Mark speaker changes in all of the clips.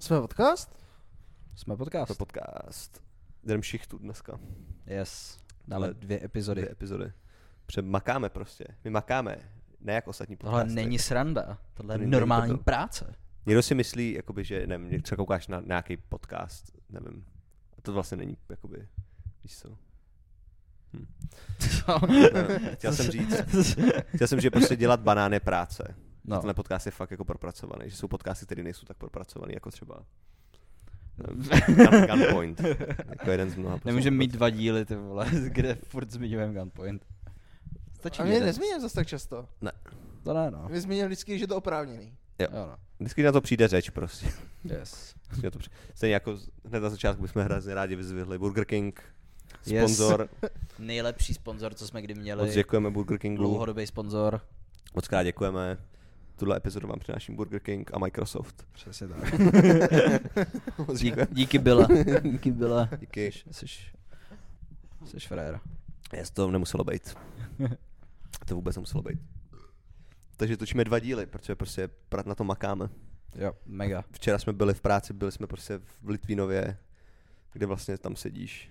Speaker 1: Jsme podcast?
Speaker 2: Jsme
Speaker 3: Jsme
Speaker 2: podcast.
Speaker 3: podcast. Jdem šichtu dneska.
Speaker 2: Yes. Dáme
Speaker 3: Ale
Speaker 2: dvě epizody.
Speaker 3: Dvě epizody. Protože makáme prostě. My makáme. Ne jako ostatní
Speaker 2: Tohle
Speaker 3: podcasty.
Speaker 2: není sranda. Tohle je
Speaker 3: To není
Speaker 2: normální
Speaker 3: dobrý.
Speaker 2: práce.
Speaker 3: Někdo si myslí, jakoby, že nevím, někdo třeba koukáš na nějaký podcast, nevím. A to vlastně není, jakoby, víš co.
Speaker 2: Co?
Speaker 3: Ne, chtěl jsem říct, chtěl jsem, že prostě dělat banán je práce. No.
Speaker 2: No.
Speaker 3: Tenhle podcast je fakt jako propracovaný, že jsou podcasty, které nejsou tak propracovaný, jako třeba nevím, Gun- Gunpoint. Jako jeden z mnoha. prostě
Speaker 2: Nemůžeme mít
Speaker 3: podcastů.
Speaker 2: dva díly, ty vole, kde furt zmiňujeme Gunpoint. Stačí
Speaker 1: A my je
Speaker 2: jeden.
Speaker 1: nezmíním zase tak často.
Speaker 2: To ne, no.
Speaker 1: My zmíníme vždycky, že je to oprávněný.
Speaker 3: Jo.
Speaker 2: Jo, no.
Speaker 3: Vždycky na to přijde řeč prostě.
Speaker 2: Yes.
Speaker 3: Vždycky na to přijde. Stejně jako z- hned na začátku bychom hrozně rádi vyzvihli Burger King,
Speaker 2: Yes.
Speaker 3: sponzor.
Speaker 2: Nejlepší sponzor, co jsme kdy
Speaker 3: Moc
Speaker 2: měli.
Speaker 3: děkujeme Burger Kingu.
Speaker 2: Dlouhodobý sponzor.
Speaker 3: Moc krát děkujeme. Tuhle epizodu vám přináším Burger King a Microsoft.
Speaker 2: Přesně tak.
Speaker 3: Moc děkujeme.
Speaker 2: Díky byla. Díky byla.
Speaker 3: Díky.
Speaker 2: Jsi, jsi frér.
Speaker 3: Yes, to nemuselo být. To vůbec nemuselo být. Takže točíme dva díly, protože prostě pra- na to makáme.
Speaker 2: Jo, mega.
Speaker 3: Včera jsme byli v práci, byli jsme prostě v Litvínově, kde vlastně tam sedíš.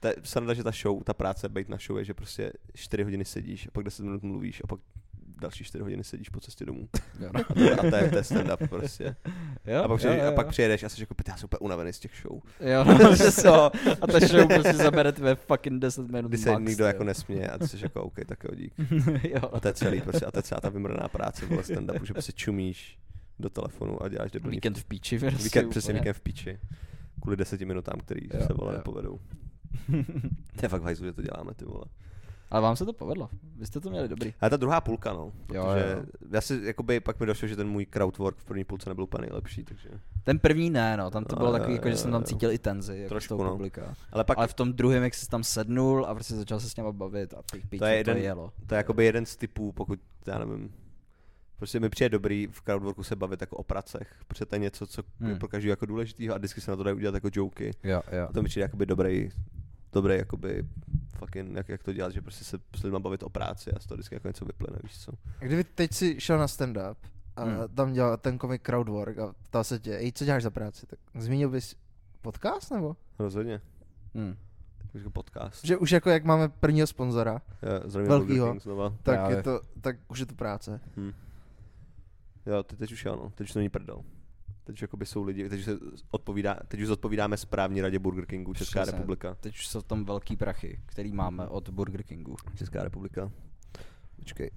Speaker 3: Ta, sranda, že ta show, ta práce být na show je, že prostě 4 hodiny sedíš a pak 10 minut mluvíš a pak další 4 hodiny sedíš po cestě domů.
Speaker 2: Jo, no.
Speaker 3: A to, je- a to, je, to je stand-up prostě.
Speaker 2: jo,
Speaker 3: A pak,
Speaker 2: jo,
Speaker 3: přijedeš,
Speaker 2: jo,
Speaker 3: a pak
Speaker 2: jo.
Speaker 3: přijedeš a jsi jako, "Pět, já jsem úplně unavený z těch show.
Speaker 2: Jo, no, že co? A ta show prostě zabere tvé fucking 10 minut
Speaker 3: Kdy se
Speaker 2: max,
Speaker 3: nikdo
Speaker 2: ty
Speaker 3: jako
Speaker 2: jo.
Speaker 3: nesměje a ty jsi jako, OK, tak jo, dík.
Speaker 2: jo.
Speaker 3: A to je celý, prostě, a to je celá ta vymrná práce, vole, stand-upu, že prostě čumíš do telefonu a děláš debilní
Speaker 2: Víkend v píči. Prostě
Speaker 3: Víkend, přesně
Speaker 2: úplně.
Speaker 3: víkend v píči. Kvůli deseti minutám, který
Speaker 2: Jo,
Speaker 3: se vole
Speaker 2: jo.
Speaker 3: nepovedou. To je fakt v hajzlu, že to děláme, ty vole.
Speaker 2: Ale vám se to povedlo. Vy jste to měli dobrý.
Speaker 3: A ta druhá půlka, no.
Speaker 2: Jo,
Speaker 3: Protože
Speaker 2: jo.
Speaker 3: já si, jakoby, pak mi došlo, že ten můj crowdwork v první půlce nebyl úplně nejlepší, takže.
Speaker 2: Ten první ne, no, tam to bylo
Speaker 3: Jo,
Speaker 2: takový,
Speaker 3: jo,
Speaker 2: jako, že
Speaker 3: jo,
Speaker 2: jsem tam
Speaker 3: jo.
Speaker 2: cítil i tenzi, jako z
Speaker 3: eh, Trošku,
Speaker 2: toho
Speaker 3: no.
Speaker 2: publika.
Speaker 3: Ale pak
Speaker 2: Ale v tom druhém, jak jsi tam sednul a prostě začal se s něma bavit a těch pítí, to,
Speaker 3: je
Speaker 2: je
Speaker 3: jeden-
Speaker 2: to jelo.
Speaker 3: to je jakoby jeden z typů, pokud, já nevím, Prostě mi přijde dobrý v crowdworku se bavit jako o pracech, protože to je něco, co je
Speaker 2: Hmm.
Speaker 3: pro každého jako důležitýho a vždycky se na to dají udělat jako joky.
Speaker 2: Jo, jo.
Speaker 3: A to mi přijde jakoby dobrý, dobrý jakoby fucking, jak, jak to dělat, že prostě se s lidma bavit o práci a z toho vždycky jako něco vyplyne, víš co.
Speaker 1: A kdyby teď si šel na stand-up a
Speaker 2: Hmm.
Speaker 1: tam dělal ten komik crowdwork a ptal se tě, ej, co děláš za práci, tak zmínil bys podcast nebo?
Speaker 3: Rozhodně.
Speaker 2: Hmm.
Speaker 3: Jako podcast.
Speaker 1: Že už jako jak máme prvního sponzora,
Speaker 3: Jo, Zdravím
Speaker 1: Velkýho.
Speaker 3: Velkýho. King znova.
Speaker 1: tak,
Speaker 2: Právě.
Speaker 1: je to, tak už je to práce.
Speaker 3: Hm. Jo, teď, teď už jo, no. Teď už to není prdel. Teď už jakoby jsou lidi, teď už, se odpovídá, teď už zodpovídáme správní radě Burger Kingu Česká
Speaker 2: Přesně.
Speaker 3: republika.
Speaker 2: Teď už jsou tam velký prachy, který máme od Burger Kingu.
Speaker 3: Česká republika. Počkej.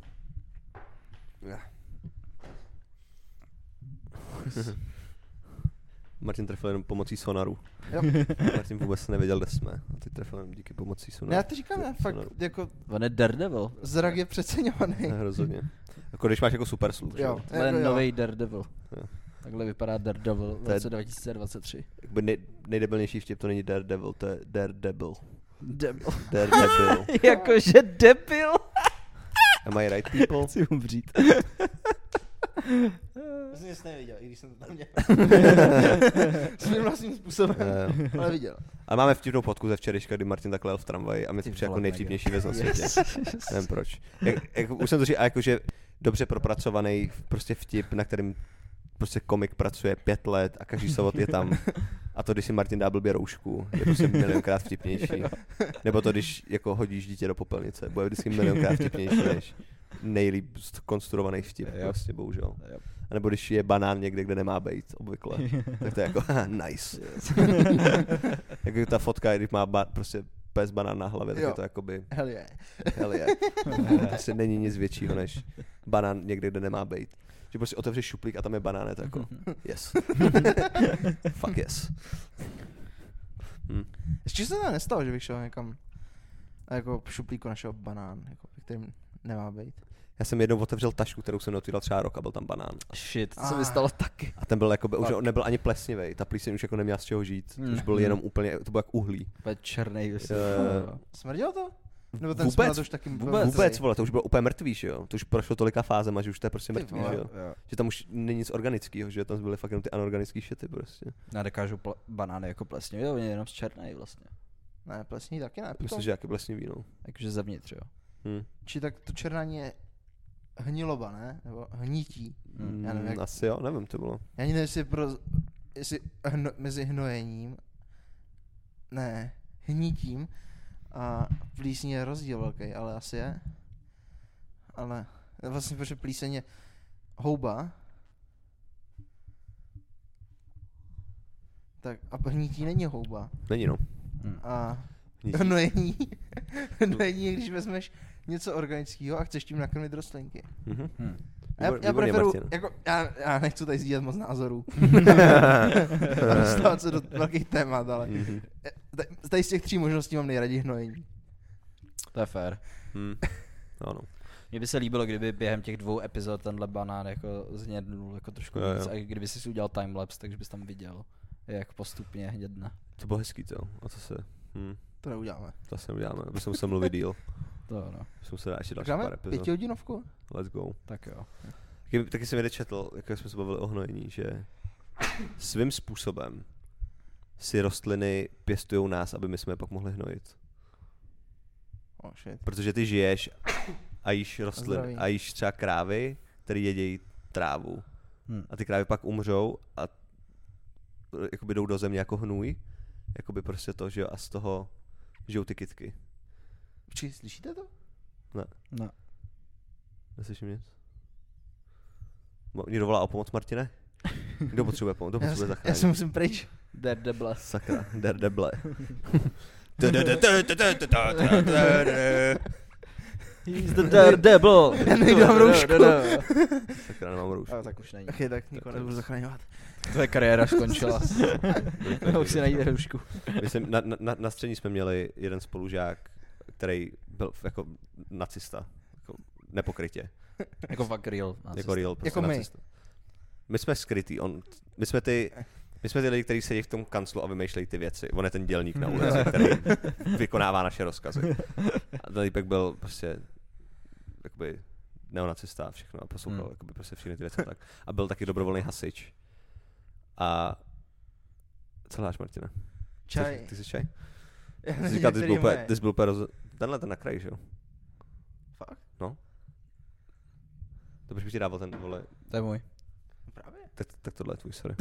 Speaker 3: Ja. Martin trefil jenom pomocí sonaru.
Speaker 1: Jo.
Speaker 3: Martin vůbec nevěděl, kde jsme. A ty trefil jenom díky pomocí sonaru.
Speaker 1: Ne, No, já to říkám, ne, fakt,
Speaker 3: Sonaru.
Speaker 1: jako
Speaker 2: On je Daredevil.
Speaker 1: zrak je přeceňovaný.
Speaker 3: Ne, rozhodně. Jako když máš jako super sluch, že
Speaker 1: Jo.
Speaker 3: jo.
Speaker 2: To je
Speaker 1: Jako jo.
Speaker 2: nový Daredevil.
Speaker 3: Jo.
Speaker 2: Takhle vypadá Daredevil v
Speaker 3: To je-
Speaker 2: roce 2023.
Speaker 3: Jakoby nej, nejdebilnější vtip to není Daredevil, to je Daredevil.
Speaker 2: Debil.
Speaker 3: Daredevil.
Speaker 2: Jakože debil.
Speaker 3: Am I right people?
Speaker 2: Chci umřít.
Speaker 1: Já jsem nic neviděl, i když jsem to tam měl. Svým vlastním způsobem,
Speaker 3: Eh,
Speaker 1: ale viděl.
Speaker 3: A máme vtipnou fotku ze včerejška, kdy Martin takhle jel v tramvaji a mě
Speaker 2: Ty
Speaker 3: to přijde jako
Speaker 2: vole,
Speaker 3: nejvtipnější věc na světě.
Speaker 2: Yes.
Speaker 3: Nevím proč. Jak, jak, už jsem to říkal, jakože dobře propracovaný prostě vtip, na kterým prostě komik pracuje pět let a každý sobot je tam. A to, když si Martin dá blbě roušku, je prostě milionkrát vtipnější. Nebo to, když jako hodíš dítě do popelnice, bude vždycky milionkrát vtipnější než nejlíp konstruovaný vtip,
Speaker 2: Jo.
Speaker 3: prostě bohužel.
Speaker 2: Jo.
Speaker 3: A nebo když je banán někde, kde nemá být obvykle, tak to je jako haha, nice. jako ta fotka, když má ba- prostě pes banán na hlavě, tak
Speaker 1: Jo.
Speaker 3: je to jakoby
Speaker 1: Hell yeah.
Speaker 3: hell yeah. prostě není nic většího než banán někde, kde nemá být. Že prostě otevřeš šuplík a tam je banán, je to jako yes. Fuck yes. Hm.
Speaker 1: Ještě se to nestalo, že bych šel někam a jako v šuplíku našel banán, jako, ve kterým nemá být.
Speaker 3: Já jsem jednou otevřel tašku, kterou jsem neotvíral třeba rok a byl tam banán.
Speaker 2: Shit, to se
Speaker 1: Ah.
Speaker 2: mi stalo taky.
Speaker 3: A ten byl jako, už
Speaker 2: Fuck.
Speaker 3: on nebyl ani plesnivý, ta plíseň už jako neměla z čeho žít,
Speaker 2: Mm.
Speaker 1: Hmm.
Speaker 3: už byl
Speaker 2: Mm.
Speaker 3: jenom úplně, to bylo jak uhlí.
Speaker 2: Úplně černej.
Speaker 3: Jo, jo, jo.
Speaker 1: Smrdilo to? Nebo ten
Speaker 3: Vůbec,
Speaker 1: smrad už taky byl
Speaker 3: Vůbec,
Speaker 1: mrzlej?
Speaker 3: vůbec vole, to už bylo úplně mrtvý, že jo? To už prošlo tolika fázema, že už to je prostě
Speaker 1: Ty
Speaker 3: mrtvý,
Speaker 1: vole.
Speaker 3: že jo? Že tam už není nic organického, že jo? tam byly fakt jenom ty anorganické šety prostě.
Speaker 2: Já nekážu pl- banány jako plesně, jo, oni jenom z černej vlastně.
Speaker 1: Ne, plesní taky ne. Potom,
Speaker 3: Myslím, že jaký vlastně víno.
Speaker 2: Jakože zevnitř, jo.
Speaker 3: Hm.
Speaker 1: Či tak to černání je hniloba, ne? Nebo hnití.
Speaker 2: Hmm.
Speaker 1: Hm, Já nevím, jak-
Speaker 3: Mm. Hm, Asi jo, nevím, to bylo.
Speaker 1: Já ani nevím, jestli je pro
Speaker 4: jestli hno, mezi hnojením, ne, hnitím a plísní je rozdíl velký, ale asi je. Ale vlastně, protože plíseň je houba, tak a hnití není houba.
Speaker 3: Není no.
Speaker 2: Hm.
Speaker 4: A
Speaker 3: Hnití.
Speaker 4: hnojení, hnojení je, když vezmeš něco organického a chceš tím nakrmit rostlinky.
Speaker 3: Mhm.
Speaker 2: Hm.
Speaker 4: A já,
Speaker 3: Výbor-
Speaker 4: já
Speaker 3: výborně,
Speaker 4: preferu,
Speaker 3: Martin.
Speaker 4: jako, já, já nechci tady sdílet moc názorů. a dostávat se do velkých témat, ale
Speaker 3: Mhm.
Speaker 4: t- tady z těch tří možností mám nejraději hnojení.
Speaker 2: To je fér.
Speaker 3: Hm. Ano.
Speaker 2: Mně by se líbilo, kdyby během těch dvou epizod tenhle banán jako znědnul jako trošku
Speaker 3: Jo, jo.
Speaker 2: víc a kdyby si udělal timelapse, takže bys tam viděl, jak postupně hnědne.
Speaker 3: To bylo hezký to. A to se... Hm.
Speaker 4: To neuděláme.
Speaker 3: To asi neuděláme. Aby se musel mluvit díl.
Speaker 2: To ano,
Speaker 3: Musím se dát ještě
Speaker 4: Tak
Speaker 3: další
Speaker 4: dáme
Speaker 3: pár epizod.
Speaker 4: pětihodinovku?
Speaker 3: Let's go.
Speaker 2: tak jo.
Speaker 3: Taky, taky jsem někde četl, jak jsme se bavili o hnojení, že svým způsobem si rostliny pěstují nás, aby my jsme je pak mohli hnojit.
Speaker 4: Oh shit.
Speaker 3: Protože ty žiješ a jíš
Speaker 4: zdraví.
Speaker 3: rostliny, a jíš třeba krávy, které jedějí trávu.
Speaker 2: Hm.
Speaker 3: A ty krávy pak umřou a jakoby jdou do země jako hnůj. Jakoby prostě to, že jo, a z toho žijou ty kytky.
Speaker 4: Či slyšíte to?
Speaker 2: No.
Speaker 3: Neslyším nic? Mo- Někdo volá o pomoc, Martine? Kdo potřebuje pomoc? Kdo
Speaker 4: Já,
Speaker 3: potřebuje
Speaker 4: se-
Speaker 3: zachránit?
Speaker 4: já se musím pryč.
Speaker 2: Dead the bless.
Speaker 3: Sakra, derdeble.
Speaker 2: He's the No, daredevil.
Speaker 4: Já nedělám roušku.
Speaker 3: Sakra, nemám roušku.
Speaker 2: tak už není.
Speaker 4: Ok, tak nikoho nebudu zachraňovat.
Speaker 2: Tvoje kariéra skončila. No, Už si najde roušku.
Speaker 3: My jsme, na, na- na, na střední jsme měli jeden spolužák, který byl v- jako nacista. Jako nepokrytě.
Speaker 2: Jako fakt real. nacista.
Speaker 3: Jako real, prostě
Speaker 4: Jako my.
Speaker 3: nacista. My jsme skrytý, on, my jsme ty, my jsme ty lidi, kteří sedí v tom kanclu a vymýšlejí ty věci. On je ten dělník na ulici, který vykonává naše rozkazy. A ten lípek byl prostě jakoby neonacista a všechno a poslouchal
Speaker 2: Hmm.
Speaker 3: hmm. jakoby prostě všechny ty věci a tak. A byl taky dobrovolný hasič. A co dáš, Martina? Ty,
Speaker 4: Čaj.
Speaker 3: ty jsi čaj?
Speaker 4: Já
Speaker 3: Ty jsi
Speaker 4: nevím,
Speaker 3: říkal, ty jsi byl
Speaker 4: který
Speaker 3: úplně,
Speaker 4: moje.
Speaker 3: ty jsi byl úplně roz... Tenhle ten na kraji, že jo? No.
Speaker 4: Fakt?
Speaker 3: To bych ti dával ten, vole,
Speaker 2: To je můj.
Speaker 4: Právě.
Speaker 3: tak, tak tohle je tvůj, sorry.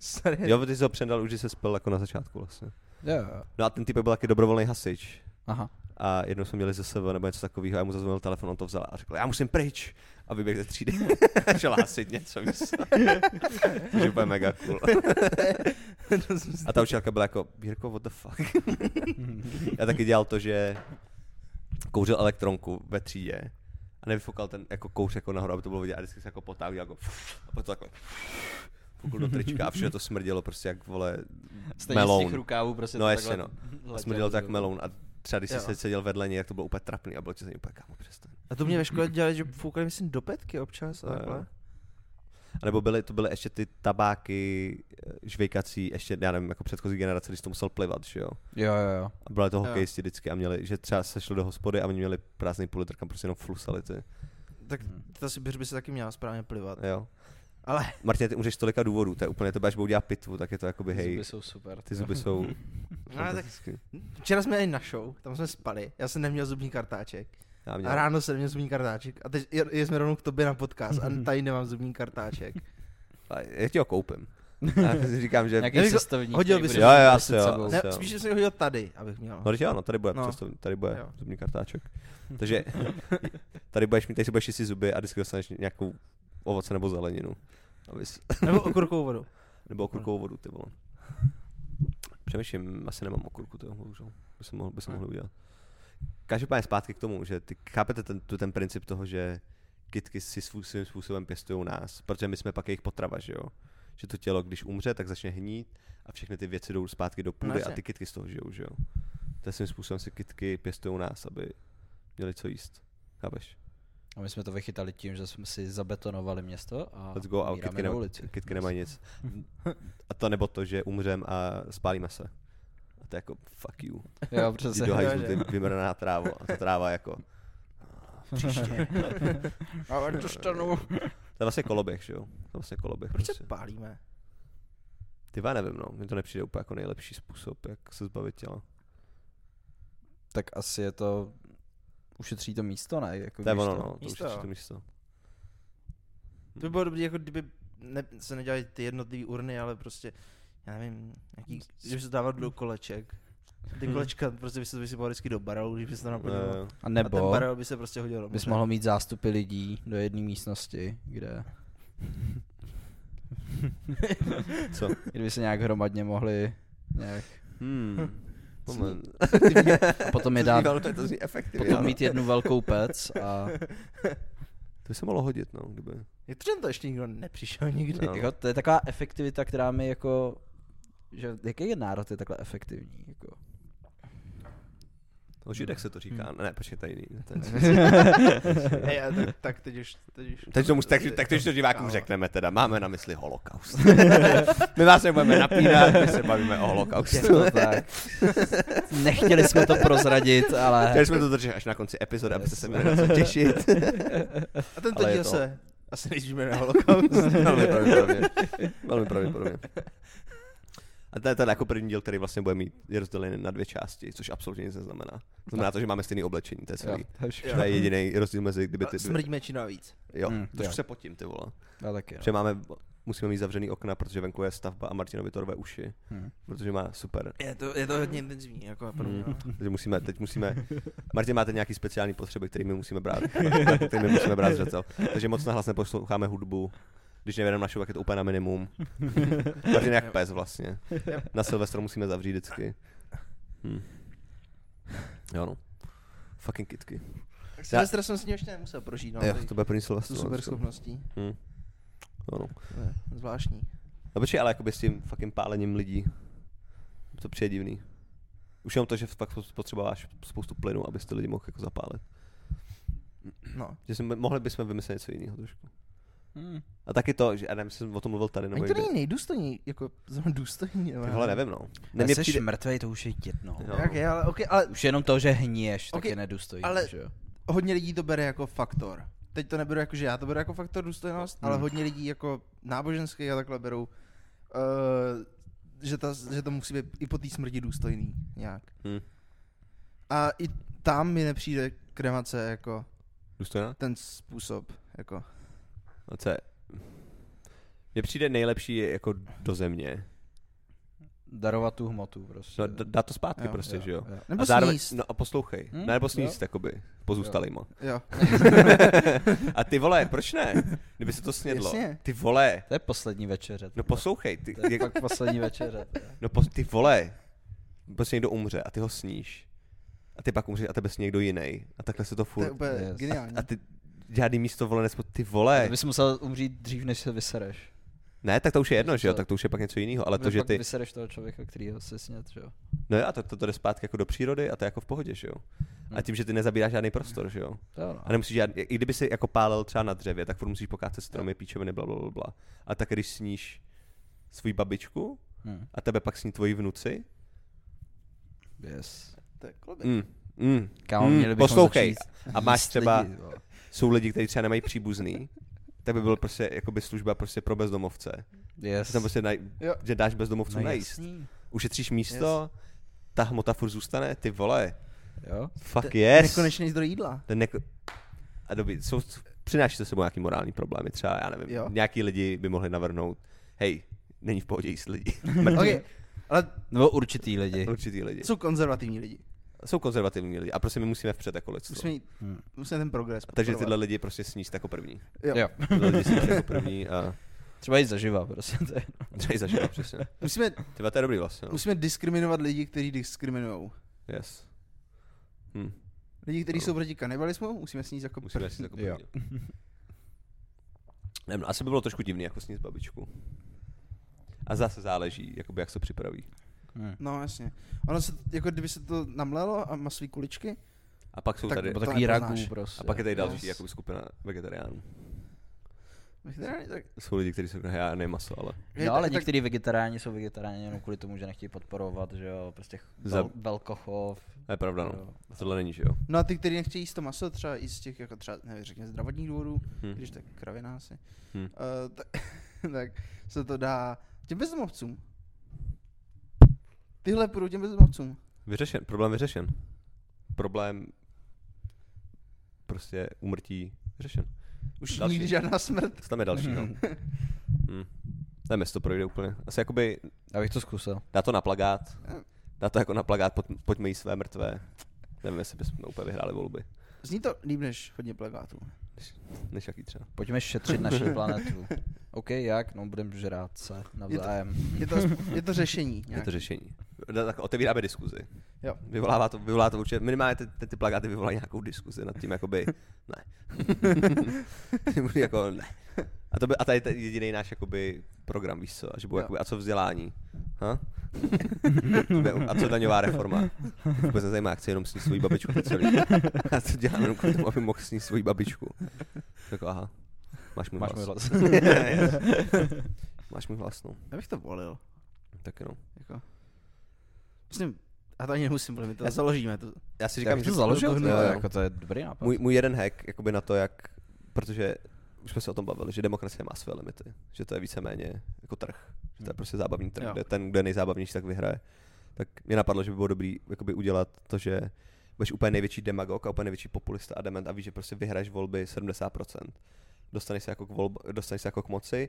Speaker 4: Sorry.
Speaker 3: Jo, ty jsi ho přendal už, že se spil jako na začátku vlastně.
Speaker 2: Jo, jo.
Speaker 3: No a ten typ byl taky dobrovolný hasič.
Speaker 2: Aha.
Speaker 3: A jednou jsme měli ze sebe nebo něco takového, a já mu zazvonil telefon, on to vzal a řekl, já musím pryč. A vyběh ze třídy, šel hasit něco, myslím. Což je úplně mega cool.
Speaker 4: To jsem si-
Speaker 3: A ta učitelka byla jako, Jirko, what the fuck. já taky dělal to, že kouřil elektronku ve třídě a nevyfokal ten jako kouř jako nahoru, aby to bylo vidět a vždycky se jako potáhl, dělal jako a potom takhle fukl do trička a všude to smrdělo prostě jak vole
Speaker 2: Stejně
Speaker 3: meloun.
Speaker 2: z těch rukávů prostě
Speaker 3: No
Speaker 2: to
Speaker 3: jasně,
Speaker 2: takhle
Speaker 3: A
Speaker 2: letělo
Speaker 3: smrdělo to jak
Speaker 2: dolů.
Speaker 3: melon a třeba když
Speaker 4: Jo.
Speaker 3: jsi seděl vedle něj, tak to bylo úplně trapný a bylo ti za něj úplně kámo přestaň.
Speaker 4: A to mě ve škole dělali, že foukali myslím do petky občas. A
Speaker 3: Jo, jo.
Speaker 4: takhle.
Speaker 3: A nebo byly, to byly ještě ty tabáky eh, žvejkací, ještě, já nevím, jako předchozí generace, když to musel plivat, že jo.
Speaker 2: Jo, jo, jo.
Speaker 3: A byly to
Speaker 4: Jo.
Speaker 3: hokejisti vždycky a měli, že třeba se šli do hospody a oni měli prázdný půl litr, kam prostě jenom flusali ty.
Speaker 4: Tak
Speaker 2: Mhm.
Speaker 4: ta Sibiř by se taky měla správně plivat.
Speaker 3: Jo.
Speaker 4: Ale-
Speaker 3: Martin, ty umřeš z tolika důvodů, to je úplně, to až budou dělat pitvu, tak je to jakoby hej,
Speaker 2: jsou super.
Speaker 3: ty zuby jsou
Speaker 2: No,
Speaker 4: ale tak-
Speaker 3: fantastický.
Speaker 4: Včera jsme jeli na show, tam jsme spali, já jsem neměl zubní kartáček.
Speaker 3: Já měl,
Speaker 4: A ráno jsem měl zubní kartáček. A teď je- jsme rovnou k tobě na podcast a tady nemám zubní kartáček.
Speaker 3: a já ti ho koupím. A já si říkám, že...
Speaker 2: Nějaký
Speaker 4: Já bych ho-
Speaker 2: cestovník.
Speaker 4: hodil
Speaker 2: který
Speaker 4: bys
Speaker 2: bude
Speaker 4: ho.
Speaker 3: Jo, jo,
Speaker 2: nosit
Speaker 3: asi jo,
Speaker 2: sebou.
Speaker 4: Ne,
Speaker 3: jo.
Speaker 4: spíš jsem ho hodil tady, abych měl.
Speaker 3: No, když ano, tady bude,
Speaker 4: No.
Speaker 3: no. přesto, tady bude
Speaker 4: Jo.
Speaker 3: zubní kartáček. Takže tady budeš mít, tady si budeš čistit zuby a vždycky dostaneš nějakou ovoce nebo zeleninu. Abys,
Speaker 4: Nebo okurkovou vodu.
Speaker 3: nebo okurkovou vodu, ty vole. Přemýšlím, asi nemám okurku, to bohužel. By se mohl, by se mohl udělat. Každopádně zpátky k tomu, že ty chápete ten, tu, ten princip toho, že kitky si svů- svým způsobem pěstují nás, protože my jsme pak jejich potrava, že jo? Že to tělo, když umře, tak začne hnít a všechny ty věci jdou zpátky do půdy a
Speaker 4: jasně.
Speaker 3: ty kitky z toho žijou, že jo? To je svým způsobem si kitky pěstují nás, aby měli co jíst. Chápeš?
Speaker 2: A my jsme to vychytali tím, že jsme si zabetonovali město a
Speaker 3: Let's go a
Speaker 2: umíráme
Speaker 3: kitky,
Speaker 2: na
Speaker 3: nema,
Speaker 2: ulici.
Speaker 3: kitky nemají nic. A to nebo to, že umřem a spálíme se. A to je jako fuck you.
Speaker 2: Jo,
Speaker 3: Jdi
Speaker 2: přesně.
Speaker 3: do hajzlu,
Speaker 4: že?
Speaker 3: ty vymrná trávo. A ta tráva jako...
Speaker 4: Příště.
Speaker 2: No, Ale to stanu.
Speaker 3: To je vlastně koloběh, že jo? To je vlastně koloběh.
Speaker 4: Proč
Speaker 3: Prostě.
Speaker 4: se pálíme?
Speaker 3: Ty vá, nevím, no. Mně to nepřijde úplně jako nejlepší způsob, jak se zbavit těla.
Speaker 2: Tak asi je to... Ušetří to místo, ne? Jako
Speaker 3: To je
Speaker 2: víš
Speaker 3: ono, no. To
Speaker 4: Místo,
Speaker 3: už je
Speaker 4: jo.
Speaker 3: to místo.
Speaker 4: To by bylo dobré, jako kdyby ne, se nedělají ty jednotlivé urny, ale prostě, já nevím, nějaký, že by se dával do koleček. Ty
Speaker 2: Mhm.
Speaker 4: kolečka prostě by se vysypalo vždycky do barelu, když by se to naplnilo.
Speaker 3: Eh,
Speaker 2: A
Speaker 4: A ten
Speaker 2: nebo
Speaker 4: barel by se prostě hodil do
Speaker 2: bys
Speaker 4: moře.
Speaker 2: mohl mít zástupy lidí do jedné místnosti, kde
Speaker 3: Eh, Co?
Speaker 2: kdyby se nějak hromadně mohli nějak
Speaker 3: Hmm. Moment.
Speaker 2: a potom je
Speaker 3: To zní
Speaker 2: dát,
Speaker 3: velmi- to, to zní efektivně.
Speaker 2: potom
Speaker 3: ano.
Speaker 2: mít jednu velkou pec a
Speaker 3: To by se mohlo hodit, no, kdyby.
Speaker 4: Jak to, že na to ještě nikdo nepřišel nikdy?
Speaker 3: No.
Speaker 2: Jako, to je taková efektivita, která mi jako, že jaký je národ je takhle efektivní, jako.
Speaker 3: O židech se to říká.
Speaker 4: Hmm.
Speaker 3: Ne, počkej, tady jiný. To je-
Speaker 4: Hej, a tak, tak teď už, teď už.
Speaker 3: Teď to, mus- tak, tak teď to divákům
Speaker 4: Kámo.
Speaker 3: řekneme teda, máme na mysli holokaust. my vás nebudeme napínat, my se bavíme o
Speaker 2: Je
Speaker 3: holokaustu.
Speaker 2: to tak. Nechtěli jsme to prozradit, ale...
Speaker 3: Chtěli jsme to držet až na konci epizody, abyste se měli na co těšit.
Speaker 4: A tento
Speaker 3: Ale je
Speaker 4: díl
Speaker 3: to-
Speaker 4: se asi nejdříve na holokaust.
Speaker 3: Velmi pravděpodobně. Velmi pravděpodobně. A to je ten jako první díl, který vlastně bude mít, je rozdělený na dvě části, což absolutně nic neznamená. Znamená to, že máme stejné oblečení, to je celý.
Speaker 4: Jo.
Speaker 3: To je jediný rozdíl mezi, kdyby ty
Speaker 4: A Hmm,
Speaker 3: dvě.
Speaker 4: Smrdíme či navíc.
Speaker 3: Jo,
Speaker 2: Mm,
Speaker 3: to
Speaker 2: jo.
Speaker 3: už se potím, ty vole.
Speaker 2: Já taky, no.
Speaker 3: Že máme, musíme mít zavřený okna, protože venku je stavba a Martinovi to rve uši,
Speaker 2: Hm.
Speaker 3: protože má super
Speaker 4: Je to, je to hodně intenzivní, jako pro mě.
Speaker 3: Mm.
Speaker 4: no.
Speaker 3: Takže musíme, teď musíme, Martin máte nějaký speciální potřeby, který my musíme brát, který my musíme brát zřetel. Takže moc nahlas neposloucháme hudbu, když nevedeme našu, tak je to úplně na minimum. Martin je jak pes vlastně. Na Silvestro musíme zavřít vždycky. Hm. Jo no. Fucking kitky.
Speaker 4: Silvestra jsem si ještě nemusel prožít, no.
Speaker 3: jo,
Speaker 4: tady
Speaker 3: to bude první
Speaker 4: tu
Speaker 3: Silvestro.
Speaker 4: super schopností.
Speaker 3: Hm. Jo no.
Speaker 4: Zvláštní.
Speaker 3: No počkej, ale jakoby s tím fucking pálením lidí. To přijde divný. Už jenom to, že fakt potřebováš spoustu plynu, abys ty lidi mohl jako zapálit.
Speaker 4: No.
Speaker 3: Že jsme, mohli bychom vymyslet něco jiného trošku.
Speaker 2: Hm.
Speaker 3: A taky to, že Adam jsem o tom mluvil tady, nebo
Speaker 4: Ani to
Speaker 3: někde.
Speaker 4: není nejdůstojní, jako zrovna důstojní.
Speaker 3: Ty vole, nevím, no. Ne,
Speaker 2: Jsi
Speaker 3: mě přijde,
Speaker 2: mrtvej, to už je jedno.
Speaker 3: Jo.
Speaker 4: Jak je, ale, okay, ale
Speaker 2: Už jenom to, že hníješ, tak
Speaker 4: Okej,
Speaker 2: je nedůstojný,
Speaker 4: ale-
Speaker 2: že jo?
Speaker 4: hodně lidí to bere jako faktor. Teď to neberu jako, že já to beru jako faktor důstojnost, ale
Speaker 2: Hmm.
Speaker 4: hodně lidí jako náboženských a takhle berou, uh, že, ta, že to musí být i po té smrti důstojný nějak.
Speaker 3: hm,
Speaker 4: A i tam mi nepřijde kremace jako
Speaker 3: důstojná?
Speaker 4: ten způsob. Jako.
Speaker 3: No co je? Mně přijde nejlepší je jako do země.
Speaker 2: Darovat tu hmotu prostě.
Speaker 3: No, d- dá to zpátky
Speaker 4: Jo,
Speaker 3: jo, prostě,
Speaker 2: Jo,
Speaker 3: že jo?
Speaker 2: jo.
Speaker 4: Nebo
Speaker 3: a zároveň,
Speaker 4: sníst.
Speaker 3: no a poslouchej,
Speaker 2: Hm?
Speaker 3: hmm? nebo
Speaker 2: Jo.
Speaker 3: sníst, jakoby, pozůstalýma.
Speaker 4: Jo.
Speaker 3: a ty vole, proč ne? Kdyby se to snědlo.
Speaker 4: Jasně.
Speaker 3: Ty vole,
Speaker 2: To je poslední večeře.
Speaker 3: no poslouchej, ty,
Speaker 2: To je
Speaker 3: jak,
Speaker 2: fakt poslední večeře. to je.
Speaker 3: no pos, ty vole, prostě někdo umře a ty ho sníš. A ty pak umře a tebe sní někdo jiný. A takhle se to
Speaker 4: To je
Speaker 3: furt.
Speaker 4: úplně
Speaker 2: Yes.
Speaker 4: geniální.
Speaker 3: A ty žádný místo vole nespo... Ty
Speaker 2: Ty
Speaker 3: vole.
Speaker 2: bys musel umřít dřív, než se vysereš.
Speaker 3: Ne, tak to už je jedno, že jo,
Speaker 2: To-
Speaker 3: tak to už je pak něco jiného, ale to,
Speaker 2: Protože
Speaker 3: že
Speaker 2: pak
Speaker 3: ty,
Speaker 2: vysereš toho člověka, který ho se snět, že jo?
Speaker 3: no jo, a to, to, to jde zpátky jako do přírody a to je jako v pohodě, že jo. A
Speaker 2: Hm.
Speaker 3: tím, že ty nezabíráš žádný prostor, že jo.
Speaker 2: To jo, no.
Speaker 3: A nemusíš žádný, i kdyby si jako pálil třeba na dřevě, tak furt musíš pokácet stromy, píčoviny, bla, bla, bla, bla. A tak když sníš svůj babičku
Speaker 2: Hm.
Speaker 3: a tebe pak sní tvoji vnuci,
Speaker 2: Yes.
Speaker 4: To je kloběk.
Speaker 3: mm, mm,
Speaker 2: Kámo,
Speaker 3: mm,
Speaker 2: měli bychom
Speaker 3: poslouchej,
Speaker 2: začít
Speaker 3: a máš
Speaker 2: jíst
Speaker 3: třeba,
Speaker 2: lidi, vole.
Speaker 3: jsou lidi, kteří třeba nemají příbuzný, tak by byl prostě jakoby služba prostě pro bezdomovce.
Speaker 2: yes.
Speaker 3: Tam prostě naj,
Speaker 4: Jo.
Speaker 3: že dáš bezdomovcům
Speaker 2: No
Speaker 3: najíst.
Speaker 2: jasný.
Speaker 3: Ušetříš místo, ta hmota furt zůstane, ty vole,
Speaker 2: Jo?
Speaker 3: fuck
Speaker 4: To je
Speaker 3: yes.
Speaker 4: Nekonečný zdroj jídla.
Speaker 3: Ten jako... A dobrý, jsou, přináší to sebou nějaký morální problémy, třeba, já nevím,
Speaker 4: Jo.
Speaker 3: jo. nějaký lidi by mohli navrhnout, hej, není v pohodě jíst lidi. Mrtví.
Speaker 4: Okay. Ale
Speaker 2: Nebo určitý lidi.
Speaker 3: Určitý lidi.
Speaker 4: jsou konzervativní lidi.
Speaker 3: Jsou konzervativní lidi a prostě my musíme vpřed jako lidstvo.
Speaker 4: Musíme, jít,
Speaker 2: Hm.
Speaker 4: musíme ten progres.
Speaker 3: A takže tyhle
Speaker 4: podporovat.
Speaker 3: lidi prostě sníst jako první.
Speaker 4: Jo.
Speaker 2: Jo.
Speaker 3: Tyhle lidi sníst jako první a
Speaker 2: Třeba jít zaživa, prostě. To je...
Speaker 3: třeba i zažijou, přesně.
Speaker 4: Musíme,
Speaker 3: Tyba, to je dobrý vlastně. No.
Speaker 4: musíme diskriminovat lidi, kteří diskriminují.
Speaker 3: Yes. Hm.
Speaker 4: Lidi, kteří
Speaker 3: Ano.
Speaker 4: jsou proti kanibalismu, musíme sníst jako
Speaker 3: Musíme
Speaker 4: první.
Speaker 3: sníst jako
Speaker 2: Jo.
Speaker 3: první. Nevím, no, asi by bylo trošku divný jako sníst babičku. A zase záleží, jakoby, jak se připraví.
Speaker 2: Hm.
Speaker 4: No jasně. Ono se, jako kdyby se to namlelo a má svý kuličky.
Speaker 3: A pak jsou
Speaker 4: Tak
Speaker 3: tady...
Speaker 2: Nebo
Speaker 4: To
Speaker 2: takový
Speaker 4: nepoznáš.
Speaker 2: ragu, prostě.
Speaker 3: A pak je tady další
Speaker 4: Yes.
Speaker 3: jakoby skupina vegetariánů.
Speaker 4: Vegetariáni, tak,
Speaker 3: Jsou lidi, kteří se říkají, já nejím maso, No, ale
Speaker 2: No, ale
Speaker 4: tak-
Speaker 2: některý vegetariáni jsou vegetariáni jenom kvůli tomu, že nechtějí podporovat, že jo, prostě ch- vel,
Speaker 3: Za-
Speaker 2: velkochov.
Speaker 3: to je pravda, no.
Speaker 2: Jo.
Speaker 3: Tohle není, že jo.
Speaker 4: No a ty, kteří nechtějí jíst to maso, třeba i z těch, jako třeba, nevím, řekněme, zdravotních důvodů,
Speaker 3: Hm.
Speaker 4: když tak kravina asi,
Speaker 3: Hm.
Speaker 4: uh, tak, tak se to dá těm bezdomovcům. Tyhle půjdou těm bezdomovcům.
Speaker 3: Vyřešen, problém vyřešen. Problém prostě umrtí vyřešen.
Speaker 4: Už
Speaker 3: Další.
Speaker 4: nikdy žádná smrt.
Speaker 3: Co tam je další, no? Hm. Nevím, jestli to projde úplně. Asi jakoby
Speaker 2: Já bych to zkusil.
Speaker 3: dá to na plagát. Dá to jako na plagát, pojď, pojďme jí své mrtvé. Nevím, jestli bychom úplně vyhráli volby.
Speaker 1: Zní to líp než hodně plagátů.
Speaker 3: Než jaký třeba.
Speaker 2: Pojďme šetřit naši planetu. OK, jak? No, budeme žrát se navzájem.
Speaker 1: Je to, je to řešení
Speaker 3: Je
Speaker 1: nějak.
Speaker 3: to řešení. Da- No, Tak otevíráme diskuzi.
Speaker 1: Jo.
Speaker 3: Vyvolává to, vyvolá to určitě, minimálně ty, ty, ty plagáty vyvolají nějakou diskuzi nad tím, jakoby, ne. Budu jako, ne. A, to by, a tady je jediný náš jakoby, program, víš co, a že bude,
Speaker 1: Jo.
Speaker 3: jakoby, a co vzdělání? Ha? To bude, a co daňová reforma? Vůbec nezajímá, jak chci jenom snít svoji babičku to je celý. A to dělám jenom kvůli tomu, aby mohl snít svoji babičku. Tak aha, máš můj
Speaker 2: Máš můj
Speaker 3: hlas.
Speaker 2: hlas.
Speaker 3: máš můj hlas, no.
Speaker 1: Já bych to volil.
Speaker 3: Tak jenom.
Speaker 1: Jako. Myslím, a to ani nemusím, protože my to
Speaker 3: Já-
Speaker 1: založíme. To,
Speaker 3: Já si
Speaker 2: Říkám,
Speaker 3: říkám,
Speaker 2: že
Speaker 3: že
Speaker 2: to založil,
Speaker 1: to-
Speaker 2: to,
Speaker 3: jo, jo.
Speaker 2: jako to je dobrý nápad.
Speaker 3: Můj, můj jeden hack jakoby na to, jak, protože už jsme se o tom bavili, že demokracie má své limity, že to je víceméně jako trh, že to je
Speaker 2: Hmm.
Speaker 3: prostě zábavní trh,
Speaker 1: Jo.
Speaker 3: kde ten, kdo je nejzábavnější, tak vyhraje. Tak mě napadlo, že by bylo dobrý jakoby udělat to, že budeš úplně největší demagog a úplně největší populista a dement a víš, že prostě vyhraješ volby 70%. Dostaneš se jako k, volb, dostaneš se jako k moci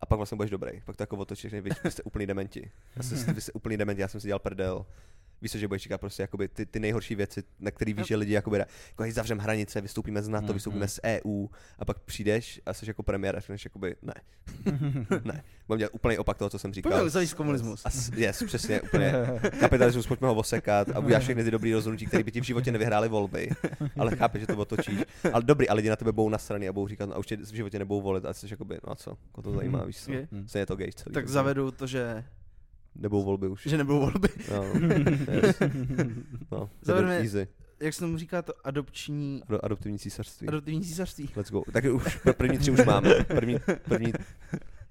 Speaker 3: a pak vlastně budeš dobrý. Pak to jako otočíš, největší, vy jste úplný dementi. Já jsem, vy jste úplný dementi, já jsem si dělal prdel. Víš, co, že budeš říkat prostě jakoby ty, ty nejhorší věci, na které víš, že lidi jakoby, jako hej, zavřem hranice, vystoupíme z NATO,
Speaker 2: Mhm.
Speaker 3: vystoupíme z EU a pak přijdeš a jsi jako premiér a řekneš jakoby ne. ne. Budeme dělat úplný opak toho, co jsem říkal.
Speaker 1: Pojďme uzavřít komunismus.
Speaker 3: A s- yes, přesně, úplně. Kapitalismus, pojďme ho osekat a uděláš všechny ty dobrý rozhodnutí, které by ti v životě nevyhrály volby. Ale chápeš, že to otočíš. Ale dobrý, ale lidi na tebe budou nasraný a budou říkat, no a už tě v životě nebudou volit a jsi jakoby, no a co, koho to zajímá, víš co.
Speaker 1: Mhm.
Speaker 3: Hmm.
Speaker 1: Je.
Speaker 2: Hm.
Speaker 3: Stejně je to gay celý.
Speaker 1: Tak zavedu to, že,
Speaker 3: Nebudou volby už.
Speaker 1: že nebudou volby.
Speaker 3: No, yes. no,
Speaker 1: Zavedeme-
Speaker 3: Zavedeme... easy.
Speaker 1: Jak se tomu říká to adopční,
Speaker 3: Ado- Adoptivní císařství.
Speaker 1: adoptivní císařství.
Speaker 3: Let's go. Tak už pr- první tři už máme. První, první,